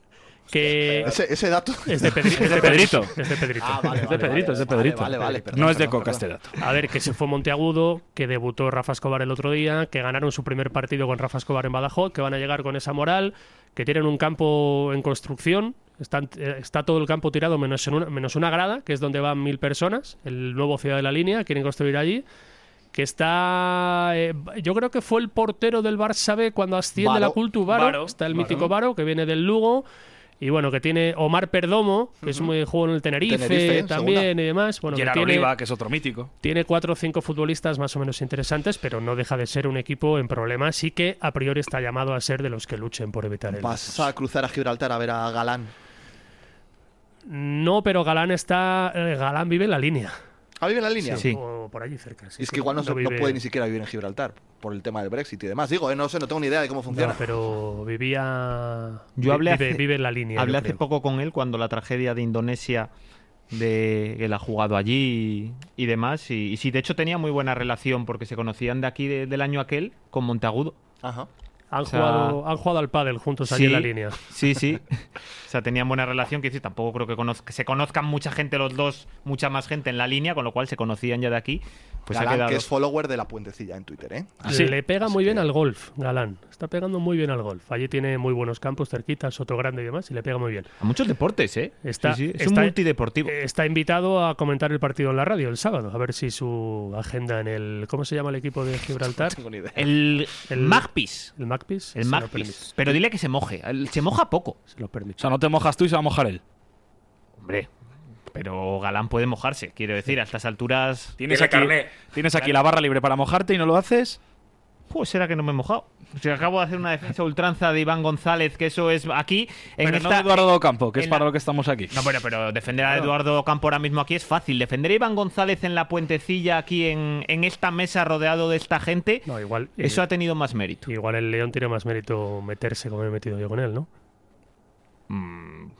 Que Ese, ese dato. es de, Pedri- es de Pedrito. Es de Pedrito. Ah, vale, es de vale, Pedrito, vale, es de vale, Pedrito. vale, vale, perdón, No es de perdón, coca perdón. este A ver, que se fue Monteagudo, que debutó Rafa Escobar el otro día, que ganaron su primer partido con Rafa Escobar en Badajoz, que van a llegar con esa moral, que tienen un campo en construcción. Están- eh, está todo el campo tirado menos, en una, menos una grada, que es donde van mil personas, el nuevo Ciudad de la Línea, quieren construir allí. Que está. eh, yo creo que fue el portero del Barça B cuando asciende Varo. la Cultu Varo. Varo, está el Varo. mítico Varo, que viene del Lugo. Y bueno, que tiene Omar Perdomo, que es muy jugó en el Tenerife, Tenerife, también segunda. y demás. Bueno, que Gerard tiene- Oliva, que es otro mítico. tiene cuatro o cinco futbolistas más o menos interesantes, pero no deja de ser un equipo en problemas y que a priori está llamado a ser de los que luchen por evitar el. Vas a cruzar a Gibraltar a ver a Galán. No, pero Galán está. eh, Galán vive en la línea. ¿Ah, vive en la línea? Sí, O por allí cerca. sí, es sí, que igual no, se- no vive- puede ni siquiera vivir en Gibraltar por el tema del Brexit y demás. Digo, eh, no sé, no tengo ni idea de cómo funciona. No, pero vivía. Yo hablé vive, hace- vive en la línea. Hablé yo hace creo. poco con él cuando la tragedia de Indonesia de él ha jugado allí y, y demás. Y, y sí, de hecho tenía muy buena relación porque se conocían de aquí de- del año aquel con Monteagudo. Ajá. Han, o sea, jugado, han jugado al pádel juntos allí en la línea. Sí, sí. O sea, tenían buena relación. Que decir, tampoco creo que, conoz- que se conozcan mucha gente los dos, mucha más gente en la línea, con lo cual se conocían ya de aquí. Pues Galán, ha quedado. que es follower de la puentecilla en Twitter, ¿eh? Le pega muy bien al golf, Galán. Está pegando muy bien al golf. Allí tiene muy buenos campos, cerquita, Soto Grande y demás, y le pega muy bien. A muchos deportes, ¿eh? Está, Sí, sí, Es está- un multideportivo. eh, Está invitado a comentar el partido en la radio el sábado, a ver si su agenda en el. ¿Cómo se llama el equipo de Gibraltar? El, Magpis. El Magpis. El se lo Magpis. permite. Pero dile que se moje. El- Se moja poco. Se lo permite. O sea, no te mojas tú y se va a mojar él. Hombre. Pero Galán puede mojarse, quiero decir, a estas alturas. Tienes aquí, tienes aquí la barra libre para mojarte y no lo haces. Pues será que no me he mojado. Si acabo de hacer una defensa ultranza de Iván González, que eso es aquí. En Pero no esta- de Eduardo Campo, que es en para la- lo que estamos aquí. No, bueno, pero defender a Eduardo Campo ahora mismo aquí es fácil. Defender a Iván González en la puentecilla, aquí en, en esta mesa rodeado de esta gente, No, igual. eh, eso ha tenido más mérito. Igual el León tiene más mérito meterse como me he metido yo con él, ¿no?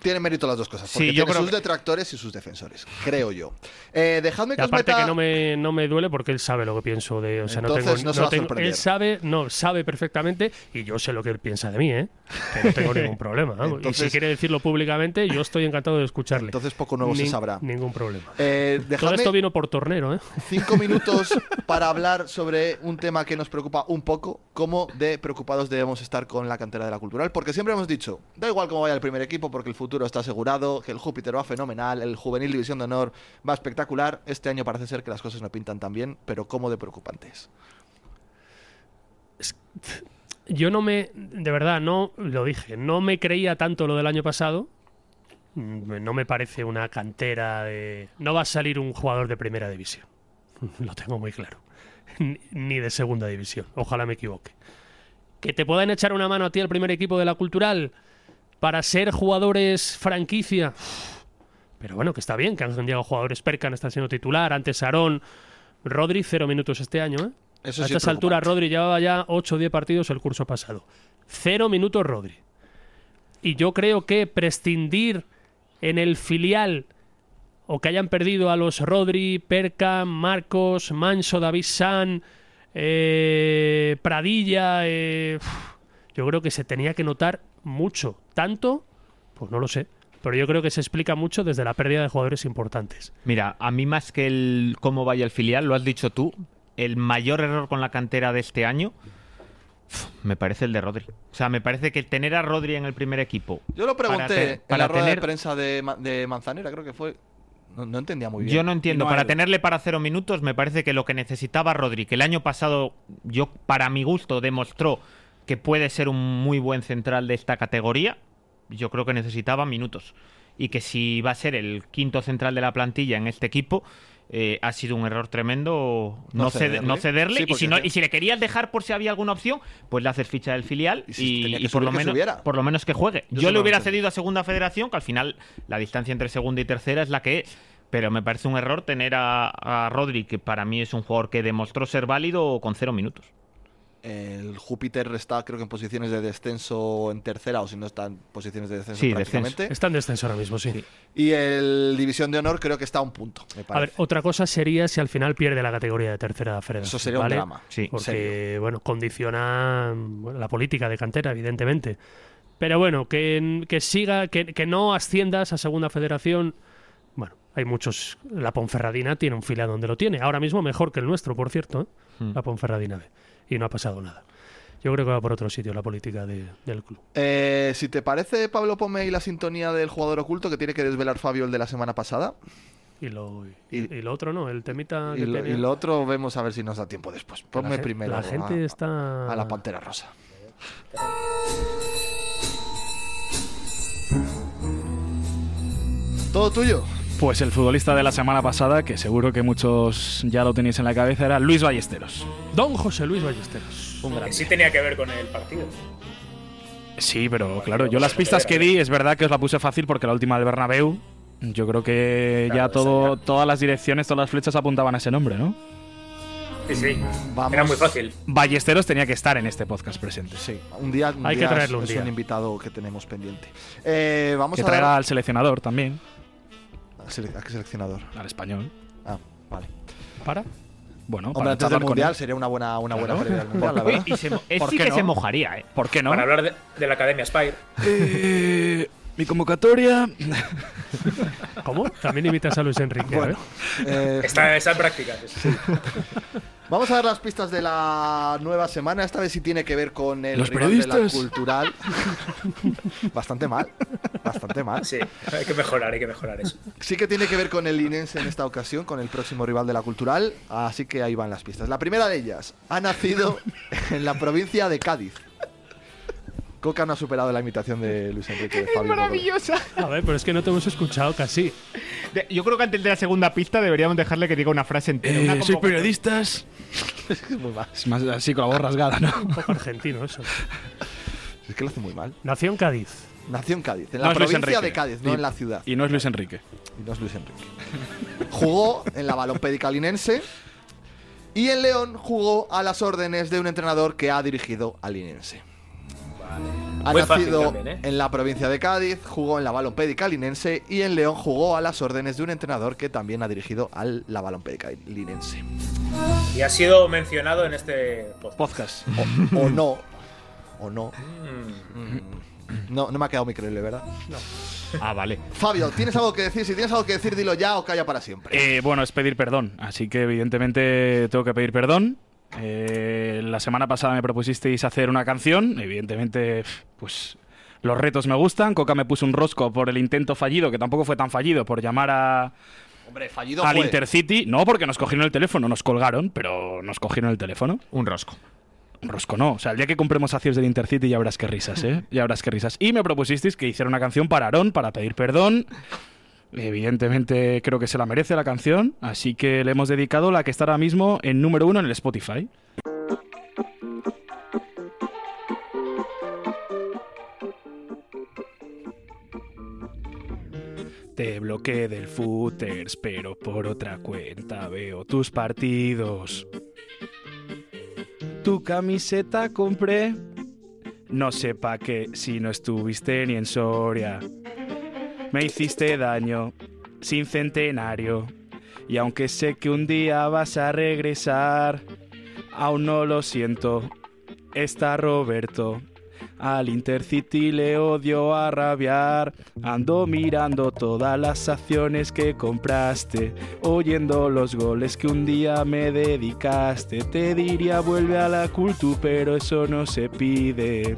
Tiene mérito las dos cosas. Sí, Porque yo tiene creo sus que- detractores y sus defensores, creo yo. Eh, dejadme que Y os aparte meta... que no me, no me duele porque él sabe lo que pienso de. O sea, no Entonces tengo. no se va a tengo- sorprender. él sabe, no, sabe perfectamente y yo sé lo que él piensa de mí, ¿eh? Que no tengo ningún problema. ¿no? y Entonces- si quiere decirlo públicamente, yo estoy encantado de escucharle. Entonces poco nuevo se Nin- sabrá. Ningún problema. Eh, Todo dejadme esto vino por tornero, ¿eh? cinco minutos para hablar sobre un tema que nos preocupa un poco, cómo de preocupados debemos estar con la cantera de la cultural, porque siempre hemos dicho, da igual cómo vaya el primer equipo, porque el futuro está asegurado, que el Júpiter va fenomenal, el juvenil división de honor va espectacular, este año parece ser que las cosas no pintan tan bien, pero cómo de preocupantes. Yo no me, de verdad, no, lo dije, no me creía tanto lo del año pasado. Mm, No me parece una cantera de... No va a salir un jugador de primera división. Lo tengo muy claro. Ni- Ni de segunda división. Ojalá me equivoque. que te puedan echar una mano a ti el primer equipo de la cultural para ser jugadores franquicia. Pero bueno, que está bien que han llegado jugadores. Percan está siendo titular, antes Aarón, Rodri, cero minutos este año. ¿eh? Eso a sí es estas alturas, Rodri llevaba ya 8 o 10 partidos el curso pasado. Cero minutos, Rodri. Y yo creo que prescindir en el filial o que hayan perdido a los Rodri, Perca, Marcos, Manso, David San, eh, Pradilla, eh, uf, yo creo que se tenía que notar mucho. Tanto, pues no lo sé. Pero yo creo que se explica mucho desde la pérdida de jugadores importantes. Mira, a mí más que el cómo vaya el filial, lo has dicho tú, el mayor error con la cantera de este año pf, me parece el de Rodri. O sea, me parece que tener a Rodri en el primer equipo. Yo lo pregunté para te- en para la rueda tener- de prensa de, Ma- de Manzanera, creo que fue. No, no entendía muy bien. Yo no entiendo. para tenerle para cero minutos, me parece que lo que necesitaba Rodri, que el año pasado, yo, para mi gusto, demostró que puede ser un muy buen central de esta categoría, yo creo que necesitaba minutos. Y que si va a ser el quinto central de la plantilla en este equipo, eh, ha sido un error tremendo No no, cede- cederle. no cederle. Sí, y, si porque no- hacía- y si le querías dejar por si había alguna opción, pues le haces ficha del filial y, tenía que y por, subir, lo que menos, subiera. por lo menos que juegue. Yo, Yo eso no le lo hubiera entendí. cedido a segunda federación, que al final la distancia entre segunda y tercera es la que es. Pero me parece un error tener a, a Rodri, que para mí es un jugador que demostró ser válido con cero minutos. El Júpiter está, creo que en posiciones de descenso en tercera, o si no está en posiciones de descenso Sí, prácticamente. Está en descenso ahora mismo, sí. Y el División de Honor creo que está a un punto, me A ver, parece. otra cosa sería si al final pierde la categoría de tercera federación. Eso sería un ¿vale? drama, Sí, Porque, bueno, condiciona bueno, la política de cantera, evidentemente. Pero bueno, que, que siga, que, que no asciendas a segunda federación. Bueno, hay muchos. La Ponferradina tiene un filial donde lo tiene. Ahora mismo mejor que el nuestro, por cierto. ¿eh? Hmm. La Ponferradina B. Y no ha pasado nada. Yo creo que va por otro sitio la política de- del club. Eh, si te parece, Pablo, ponme ahí la sintonía del jugador oculto que tiene que desvelar Fabio el de la semana pasada. Y lo, y, y lo otro, ¿no? El temita Y Ah, que lo, y tenía- lo otro vemos a ver si nos da tiempo después. Ponme gen- primero. la a- gente está- A la Pantera Rosa. Todo tuyo. Pues el futbolista de la semana pasada, que seguro que muchos ya lo tenéis en la cabeza, era Luis Ballesteros. Don José Luis Ballesteros. Un Que sí tenía que ver con el partido. Sí, pero claro, yo las pistas que di es verdad que os la puse fácil porque la última del Bernabéu, yo creo que ya todo, todas las direcciones, todas las flechas apuntaban a ese nombre, ¿no? Sí, sí. Vamos. Era muy fácil. Ballesteros tenía que estar en este podcast presente. Sí, un día Hay que día es- traerlo un es día. un invitado que tenemos pendiente. Eh, vamos que a dar- traiga al seleccionador también. ¿A sele- a qué seleccionador? Al español. Ah, vale. ¿Para? Bueno, Hombre, para antes del charlar con mundial él. sería una buena, una buena Claro. previa del mundial, la Uy, verdad. y se mo- ¿Por sí qué que no? se mojaría, ¿eh? ¿Por qué no? Para hablar de, de la Academia Spire. Eh, mi convocatoria. ¿Cómo? También invitas a Luis Enrique. Bueno, eh, Está, está en Ah, práctica. sí. Vamos a dar las pistas de la nueva semana. Esta vez sí tiene que ver con el Los rival de la periodistas. cultural. Bastante mal. Bastante mal. Sí, hay que mejorar, hay que mejorar eso. Sí que tiene que ver con el Inense en esta ocasión, con el próximo rival de la cultural. Así que ahí van las pistas. La primera de ellas ha nacido en la provincia de Cádiz. Coca no ha superado la imitación de Luis Enrique. de Fabio Borbón. A ver, pero es que no te hemos escuchado casi. yo creo que antes de la segunda pista deberíamos dejarle que diga una frase entera. Eh, soy periodistas. es muy mal. Es más así con la voz rasgada, ¿no? Un poco argentino eso. Es que lo hace muy mal. Nació en Cádiz. Nació en Cádiz, en No la es Luis provincia Enrique. de Cádiz, no Y- en la ciudad. Y no es Luis Enrique. Y no es Luis Enrique. Jugó en la balonpédica linense y en León jugó a las órdenes de un entrenador que ha dirigido al linense. Ha Fue fácil nacido también, ¿eh? en la provincia de Cádiz, jugó en la balonpédica linense y en León jugó a las órdenes de un entrenador que también ha dirigido a la balonpédica linense. Y ha sido mencionado en este podcast. O, o no. O no. No, no me ha quedado muy creíble, ¿verdad? Ah, vale. Fabio, ¿tienes algo que decir? Si tienes algo que decir, dilo ya o calla para siempre. Eh, bueno, es pedir perdón, así que evidentemente tengo que pedir perdón. Eh, la semana pasada me propusisteis hacer una canción, evidentemente, pf, pues los retos me gustan. Coca me puso un rosco por el intento fallido, que tampoco fue tan fallido, por llamar a, Hombre, fallido al fue. Intercity. No, porque nos cogieron el teléfono, nos colgaron, pero nos cogieron el teléfono. Un rosco. Un rosco no. O sea, el día que compremos acciones del Intercity ya habrás que risas, ¿eh? Ya habrás que risas. Y me propusisteis que hiciera una canción para Aarón, para pedir perdón. Evidentemente creo que se la merece la canción, así que le hemos dedicado la que está ahora mismo en número uno en el Spotify. Te bloqueé del footers, pero por otra cuenta veo tus partidos. Tu camiseta compré. No sepa que si no estuviste ni en Soria. Me hiciste daño, sin centenario. Y aunque sé que un día vas a regresar, aún no lo siento. Está Roberto. Al Intercity le odio a rabiar. Ando mirando todas las acciones que compraste, oyendo los goles que un día me dedicaste. Te diría vuelve a la cultu, pero eso no se pide.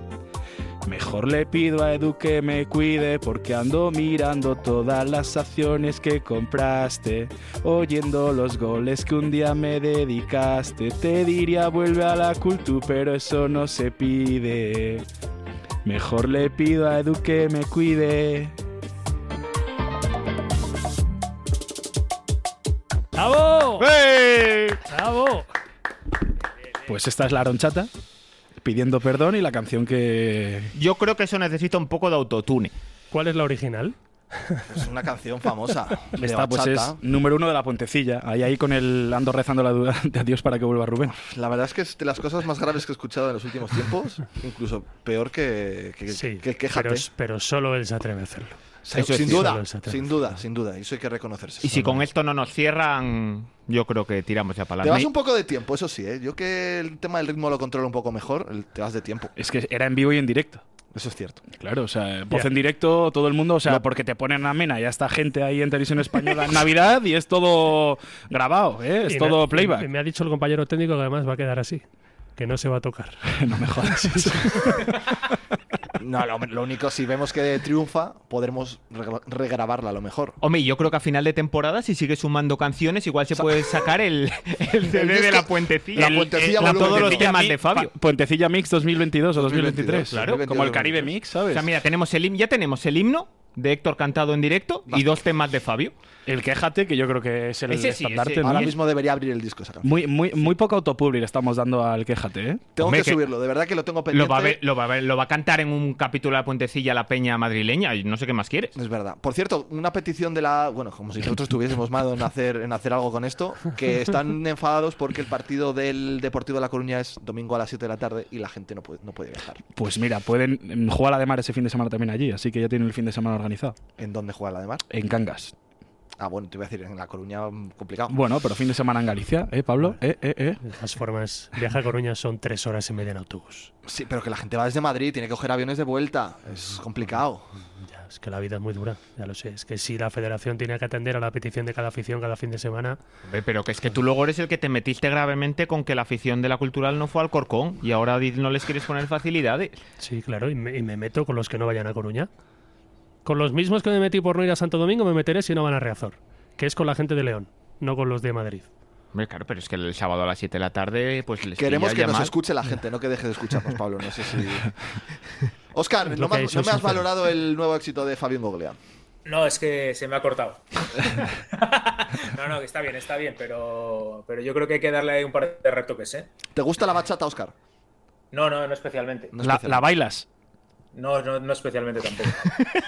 Mejor le pido a Edu que me cuide porque ando mirando todas las acciones que compraste, oyendo los goles que un día me dedicaste. Te diría vuelve a la cultu, pero eso no se pide. Mejor le pido a Edu que me cuide. ¡Bravo! ¡Bravo! Pues esta es la ronchata pidiendo perdón y la canción que. Yo creo que eso necesita un poco de autotune. ¿Cuál es la original? Es una canción famosa. de Esta pues es bachata. número uno de la puentecilla. Ahí ahí con el ando rezando la duda de adiós para que vuelva Rubén. La verdad es que es de las cosas más graves que he escuchado en los últimos tiempos, incluso peor que, que, que Quéjate. Pero, pero solo él se atreve a hacerlo. sin, eso es sin cierto. duda, sin duda, sin duda. Eso hay que reconocerse. Y si con esto no nos cierran, yo creo que tiramos ya para Te la vas un poco de tiempo, eso sí, ¿eh? Yo que el tema del ritmo lo controlo un poco mejor, el- te vas de tiempo. Es que era en vivo y en directo. Eso es cierto. Claro, o sea, voz en directo, todo el mundo, o sea, porque te ponen a mena y ya está gente ahí en televisión española en Navidad y es todo grabado, ¿eh? es Y me- todo y- playback. y Me ha dicho el compañero técnico que además va a quedar así. Que no se va a tocar. no me jodas. No, lo, lo único, si vemos que triunfa, podremos regra- regrabarla a lo mejor. Hombre, y yo creo que a final de temporada, si sigue sumando canciones, igual se puede sacar el, el CD de la puentecilla. El- el- la- todos los temas de Fabio. Pa- Puentecilla Mix 2022 o 2023. Claro, como el Caribe Mix, ¿sabes? O sea, mira, tenemos el himno, ya tenemos el himno de Héctor cantado en directo y dos temas de Fabio. El Quéjate, que yo creo que es el Ese sí, estandarte, ese. ¿no? Ahora mismo debería abrir el disco esa canción. Muy, muy, muy poco autopublic le estamos dando al Quéjate, ¿eh? Tengo que, subirlo, de verdad que lo tengo pendiente. Lo va, a ver- lo, va a ver- lo va a cantar en un capítulo de la puentecilla la peña madrileña y no sé qué más quieres. Es verdad. Por cierto, una petición de la. Bueno, como si nosotros tuviésemos mano en hacer, en hacer algo con esto, que están enfadados porque el partido del Deportivo de La Coruña es domingo a las 7 de la tarde y la gente no puede, no puede viajar. Pues mira, pueden mm, jugar a la de mar ese fin de semana también allí, así que ya tienen el fin de semana organizado. ¿En dónde juega la de mar? En Cangas. Ah, bueno, te iba a decir, en La Coruña mm, complicado. Bueno, pero fin de semana en Galicia, ¿eh, Pablo? ¿Eh, eh, eh? De todas formas, viajar a Coruña son tres horas y media en autobús. Sí, pero que la gente va desde Madrid, tiene que coger aviones de vuelta. Es complicado. Ya, es que la vida es muy dura, ya lo sé. Es que si la federación tiene que atender a la petición de cada afición cada fin de semana, pues Hombre, Pero que es que tú luego eres el que te metiste gravemente con que la afición de la cultural no fue al Corcón y ahora di- no les quieres poner facilidades. Sí, claro, y me, y me meto con los que no vayan a Coruña. Con los mismos que me metí por no ir a Santo Domingo, me meteré si no van a Reazor, que es con la gente de León, no con los de Madrid. Hombre, claro, pero es que el sábado a las 7 de la tarde, pues les Queremos pilla que nos llamar. escuche la gente, no que deje de escucharnos, Pablo. No sé si. Oscar, Lo no me, que ha has- hecho no es me has sincero. valorado el nuevo éxito de Fabián Goglea. No, es que se me ha cortado. no, no, que está bien, está bien, pero, pero yo creo que hay que darle ahí un par de retoques, ¿eh? ¿Te gusta la bachata, Oscar? No, no, no especialmente. La, la bailas. No, no, no especialmente tampoco.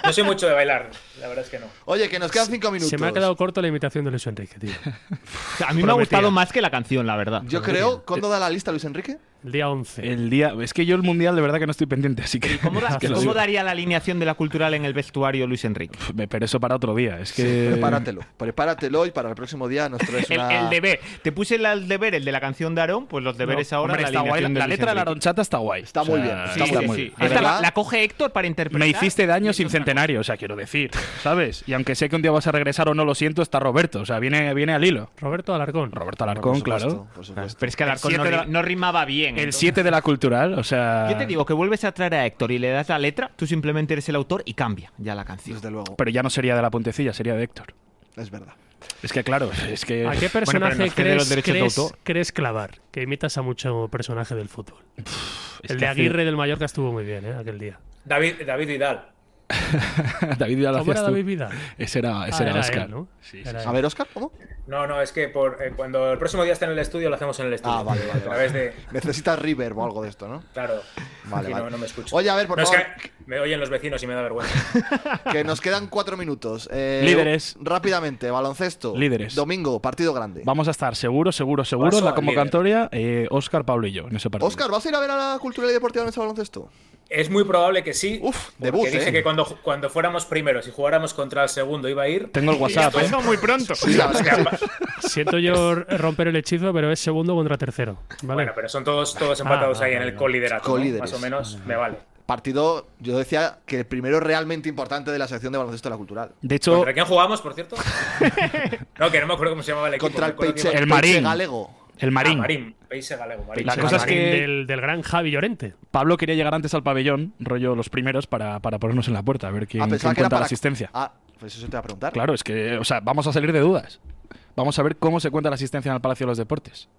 No soy mucho de bailar, la verdad es que no. Oye, que nos quedan cinco minutos. Se me ha quedado corto la imitación de Luis Enrique, tío. A mí me ha Prometía. gustado más que la canción, la verdad. Yo creo, ¿cuándo da la lista Luis Enrique? El día 11. El día. Es que yo el mundial de verdad que no estoy pendiente, así que. ¿Cómo, da- es que lo cómo digo. daría la alineación de la cultural en el vestuario Luis Enrique? Pf, Pero eso para otro día, es que. Prepáratelo, prepáratelo y para el próximo día nos traes El, una... el deber. Te puse la- el deber, el de la canción de Aarón, pues los deberes No, ahora. hombre, la, está guay, alineación la de Luis letra de la Enrique. ronchata está guay. Está muy bien, Sí, está muy sí, bien. sí. De Esta verdad, la, la coge Héctor para interpretar. Me hiciste daño sin centenario, o sea, quiero decir, ¿sabes? Y aunque sé que un día vas a regresar o no lo siento, está Roberto, o sea, viene, viene al hilo. Roberto Alarcón. Roberto Alarcón, claro. Pero es que Alarcón no, El siete de ri- la- no rimaba bien. El entonces. 7 de la cultural, o sea. Yo te digo que vuelves a traer a Héctor y le das la letra, tú simplemente eres el autor y cambia ya la canción. Desde luego, Pero ya no sería de la puentecilla, sería de Héctor. es verdad. Es que claro, es que. ¿A qué Bueno, pero personaje nos quede crees, los derechos de crees- autor. crees clavar? Que imitas a mucho personaje del fútbol. es el que de hace- Aguirre del Mallorca estuvo muy bien, ¿eh? Aquel día. David, David Vidal. David Vidal ¿Cómo hacías era tú. David Vidal? Ese era, ese Ah, era era Oscar. él, ¿no? Era él. A ver, Oscar, ¿cómo? No, no, es que por, eh, cuando el próximo día esté en el estudio lo hacemos en el estudio. Ah, vale, vale. A través de. Necesitas reverb o algo de esto, ¿no? Claro. Vale, Aquí vale. No, no me escucho. Oye, a ver, por No, es favor, que- Me oyen los vecinos y me da vergüenza. Que nos quedan cuatro minutos. Eh, Líderes. Rápidamente, baloncesto. Líderes. Domingo, partido grande. Vamos a estar seguro, seguro, seguro en Paso la al convocatoria. eh, Óscar, Pablo y yo en ese partido. Oscar, ¿vas a ir a ver a la cultura y deportiva en ese baloncesto? Es muy probable que sí. Uf, debut, dije ¿eh? que cuando, cuando fuéramos primeros y jugáramos contra el segundo iba a ir. Tengo el WhatsApp, Y esto- ¿eh? Muy pronto. Sí, la verdad que- Siento yo r- romper el hechizo, pero es segundo contra tercero. ¿vale? Bueno, pero son todos, todos empatados Ah, ahí en vale, el vale. coliderato. ¿no? Colíderes. Más o Ah. menos me vale. Partido, yo decía que el primero realmente importante de la sección de baloncesto de la cultural. De hecho, ¿Contra quién jugamos, por cierto? no, que no me acuerdo cómo se llamaba el equipo. Contra me el acuerdo que Peixe, iba- El Marín. El Ah, Marín. Marín. Peixe Galego. Marín. La cosa es que- del, del gran Javi Llorente. Pablo quería llegar antes al pabellón, rollo los primeros, para, para ponernos en la puerta, a ver quién, Ah, quién pensaba cuenta que era para la asistencia. Ah, pues eso te iba a preguntar. Claro, es que, o sea, vamos a salir de dudas. Vamos a ver cómo se cuenta la asistencia en el Palacio de los Deportes.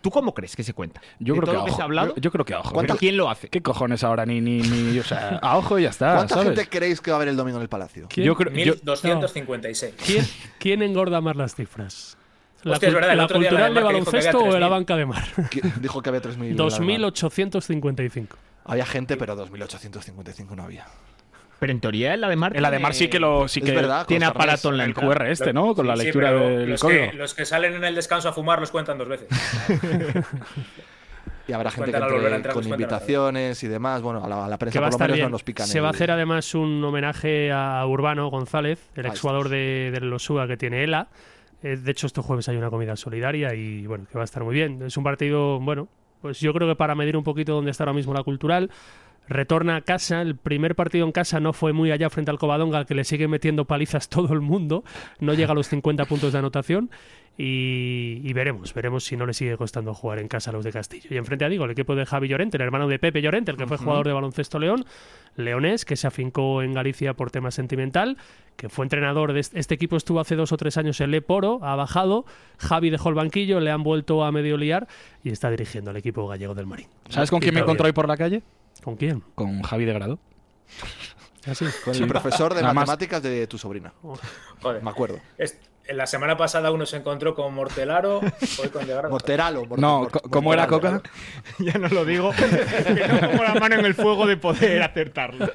¿Tú cómo crees que se cuenta? Yo ¿De creo que todo a lo que ojo. se ha hablado? Yo, yo creo que a ojo. ¿Cuánta- Mira, ¿Quién lo hace? ¿Qué cojones ahora? Ni, ni, ni, o sea, a ojo y ya está. ¿Cuánta ¿sabes? gente creéis que va a ver el domingo en el Palacio? Yo creo- yo- 1256. ¿Quién, quién engorda más las cifras? ¿La, Hostia, es cul- verdad, el la otro día cultural de Granmarca dijo que había baloncesto o de la 3.000. banca de mar? Que- Dijo que había 3.000. 2855. Había gente, pero 2.855 no había. Pero en teoría el Ademar. El Ademar sí que lo sí Es que verdad, tiene Costa aparato en la el Rica. QR este, ¿no? Con la Sí, lectura pero del los código. que, los que salen en el descanso a fumar los cuentan dos veces. Y habrá gente que Cuéntalo, volverá a entre entrar, con pues, cuéntalo. invitaciones y demás. Bueno, a la, a la Que prensa va a por lo estar menos bien. no nos pican. Se el- va a hacer además un homenaje a Urbano González, el Ahí exjugador de, de los UBA que tiene ELA. Eh, De hecho, este jueves hay una comida solidaria y bueno, que va a estar muy bien. Es un partido, bueno, pues yo creo que para medir un poquito dónde está ahora mismo la cultural, retorna a casa. El primer partido en casa no fue muy allá frente al Covadonga, al que le sigue metiendo palizas todo el mundo. No llega a los 50 puntos de anotación. Y, y veremos, veremos si no le sigue costando jugar en casa a los de Castillo. Y enfrente a Digo, el equipo de Javi Llorente, el hermano de Pepe Llorente, el que fue Ujú. jugador de baloncesto León, leonés, que se afincó en Galicia por tema sentimental, que fue entrenador de este, este equipo, estuvo hace dos o tres años en Le Poro, ha bajado, Javi dejó el banquillo, le han vuelto a medio liar y está dirigiendo al equipo gallego del Marín. ¿Sabes con quién me Y todo encontré hoy bien. por la calle? ¿Con quién? Con Javi de Grado. ¿Ah, Así. Con el profesor de Nada más. matemáticas de tu sobrina. Joder. Me acuerdo. Es- la semana pasada uno se encontró con Mortelaro, hoy con De Garda. Morteralo. Morte- No, Morte- co- ¿cómo era Morteralo. Coca? Ya no lo digo. que no pongo la mano en el fuego de poder acertarlo.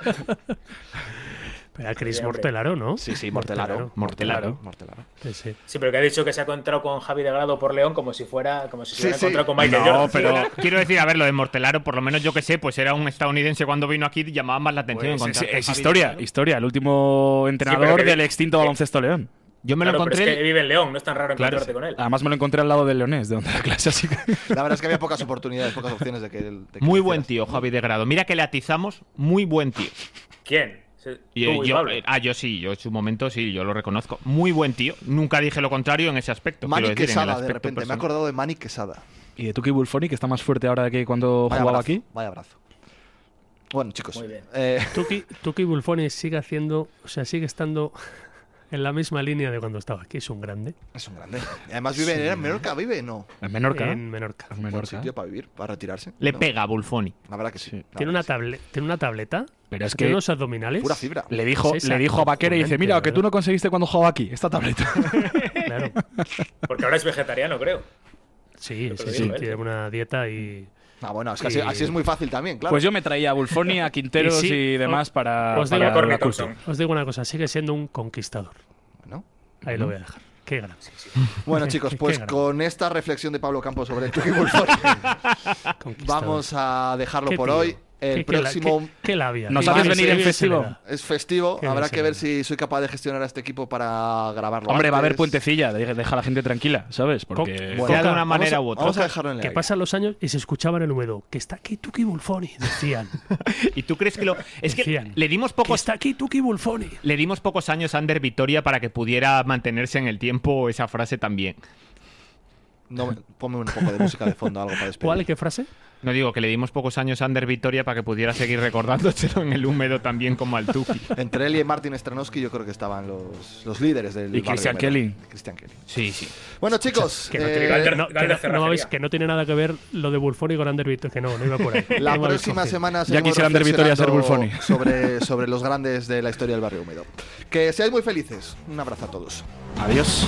Pero a Cris Hombre. Mortelaro, ¿no? Sí, sí, Mortelaro. Mortelaro. Mortelaro. Sí, sí. Sí, pero que ha dicho que se ha encontrado con Javi de Grado por León como si fuera como si se Sí, hubiera sí. encontrado con Michael No, Jordan. pero quiero decir, a ver, lo de Mortelaro, por lo menos yo que sé, pues era un estadounidense cuando vino aquí, llamaba más la atención. Es, encontrarte Pues, Javi es de historia, Grado. historia. El último entrenador que- del extinto baloncesto León. eh, Yo me lo Claro, pero encontré. es que vive en León, no es tan raro Claro, encontrarte con él. Además me lo encontré al lado del Leonés, de donde la clase, así que... La verdad es que había pocas oportunidades, pocas opciones de que. él- de que Muy lo buen hicieras. tío, Javi de Grado. Mira que le atizamos, muy buen tío. ¿Quién? Sí, Y, tú y yo- Pablo. eh, ah, yo sí, yo en su momento sí, yo lo reconozco. Muy buen tío. Nunca dije lo contrario en ese aspecto. Manny quiero decir, en el Quesada, de aspecto repente. Me he personal. acordado de Manny Quesada. Y de Tuki Bulfoni, que está más fuerte ahora que cuando Vaya jugaba abrazo, aquí. Vaya abrazo. Bueno, chicos. Muy bien. eh, Tuki, Tuki Bulfoni sigue haciendo, o sea, sigue estando en la misma línea de cuando estaba aquí, es un grande es un grande. Y Además, vive en Menorca, vive, no. Ah, En Menorca. en Menorca. En Buen Menorca. sitio para vivir, para retirarse. Le No, pega a Bulfoni. La verdad que sí. la Tiene verdad una, table- tiene una tableta, Pero es tiene que unos abdominales. Pura fibra. le dijo, Es le dijo a Vaquera y dice, acojonante, mira, que tú ¿verdad? no conseguiste cuando jugaba aquí, esta tableta. Claro. Porque ahora es vegetariano, creo. Sí, Yo te sí, lo sí, digo, ¿eh? tiene una dieta y. Ah, bueno, es que así, Y- así es muy fácil también, claro. Pues yo me traía a Bulfoni, a Quinteros y, Y sí, demás os- Ah, para, os digo- para Corny la culto. Thompson. Os digo una cosa, sigue siendo un conquistador. Bueno. Ahí lo voy a dejar. Qué gana. Bueno, chicos, Qué pues grande. con esta reflexión de Pablo Campos sobre el Tuki Bulfoni, vamos a dejarlo por hoy. El próximo Qué, qué labia. ¿Nos Qué haces labia. venir en Sí, festivo? se le da. es festivo. Qué Habrá bien, que ver señor. si soy capaz de gestionar a este equipo para grabarlo. Hombre, va a haber antes. puentecilla, de- deja a la gente tranquila, ¿sabes? Porque Co- Sea de Coca, una vamos manera a- u otra. Vamos a dejarlo en el Que aire. pasan los años y se escuchaba en el húmedo que está aquí Tuki Bulfoni, decían. ¿Y tú crees que lo.? Es que Decían. le dimos que pocos. está aquí Tuki Bulfoni. Le dimos pocos años a Ander Vitoria para que pudiera mantenerse en el tiempo esa frase también. No, ponme un poco de música de fondo, algo para despedir. ¿Cuál? ¿Qué frase? No digo que le dimos pocos años a Ander Vitoria para que pudiera seguir recordándoselo en el húmedo también como al Tuki. Entre él y Martin Stranowski yo creo que estaban los, los líderes del Y Christian barrio, ¿verdad? Kelly. Christian Kelly. Sí, sí. Bueno, chicos, Que no, eh, tiene, nada- Galder- no, Galder que no- Cerrajería. no veis que no tiene nada que ver lo de Bulfoni con Ander Vitoria, que no, no iba por ahí. la No me habéis próxima cogido. semana Ya seguimos quisiera Ander Vitoria ser reflexionando Bulfoni. sobre, sobre los grandes de la historia del barrio húmedo. Que seáis muy felices. Un abrazo a todos. Adiós.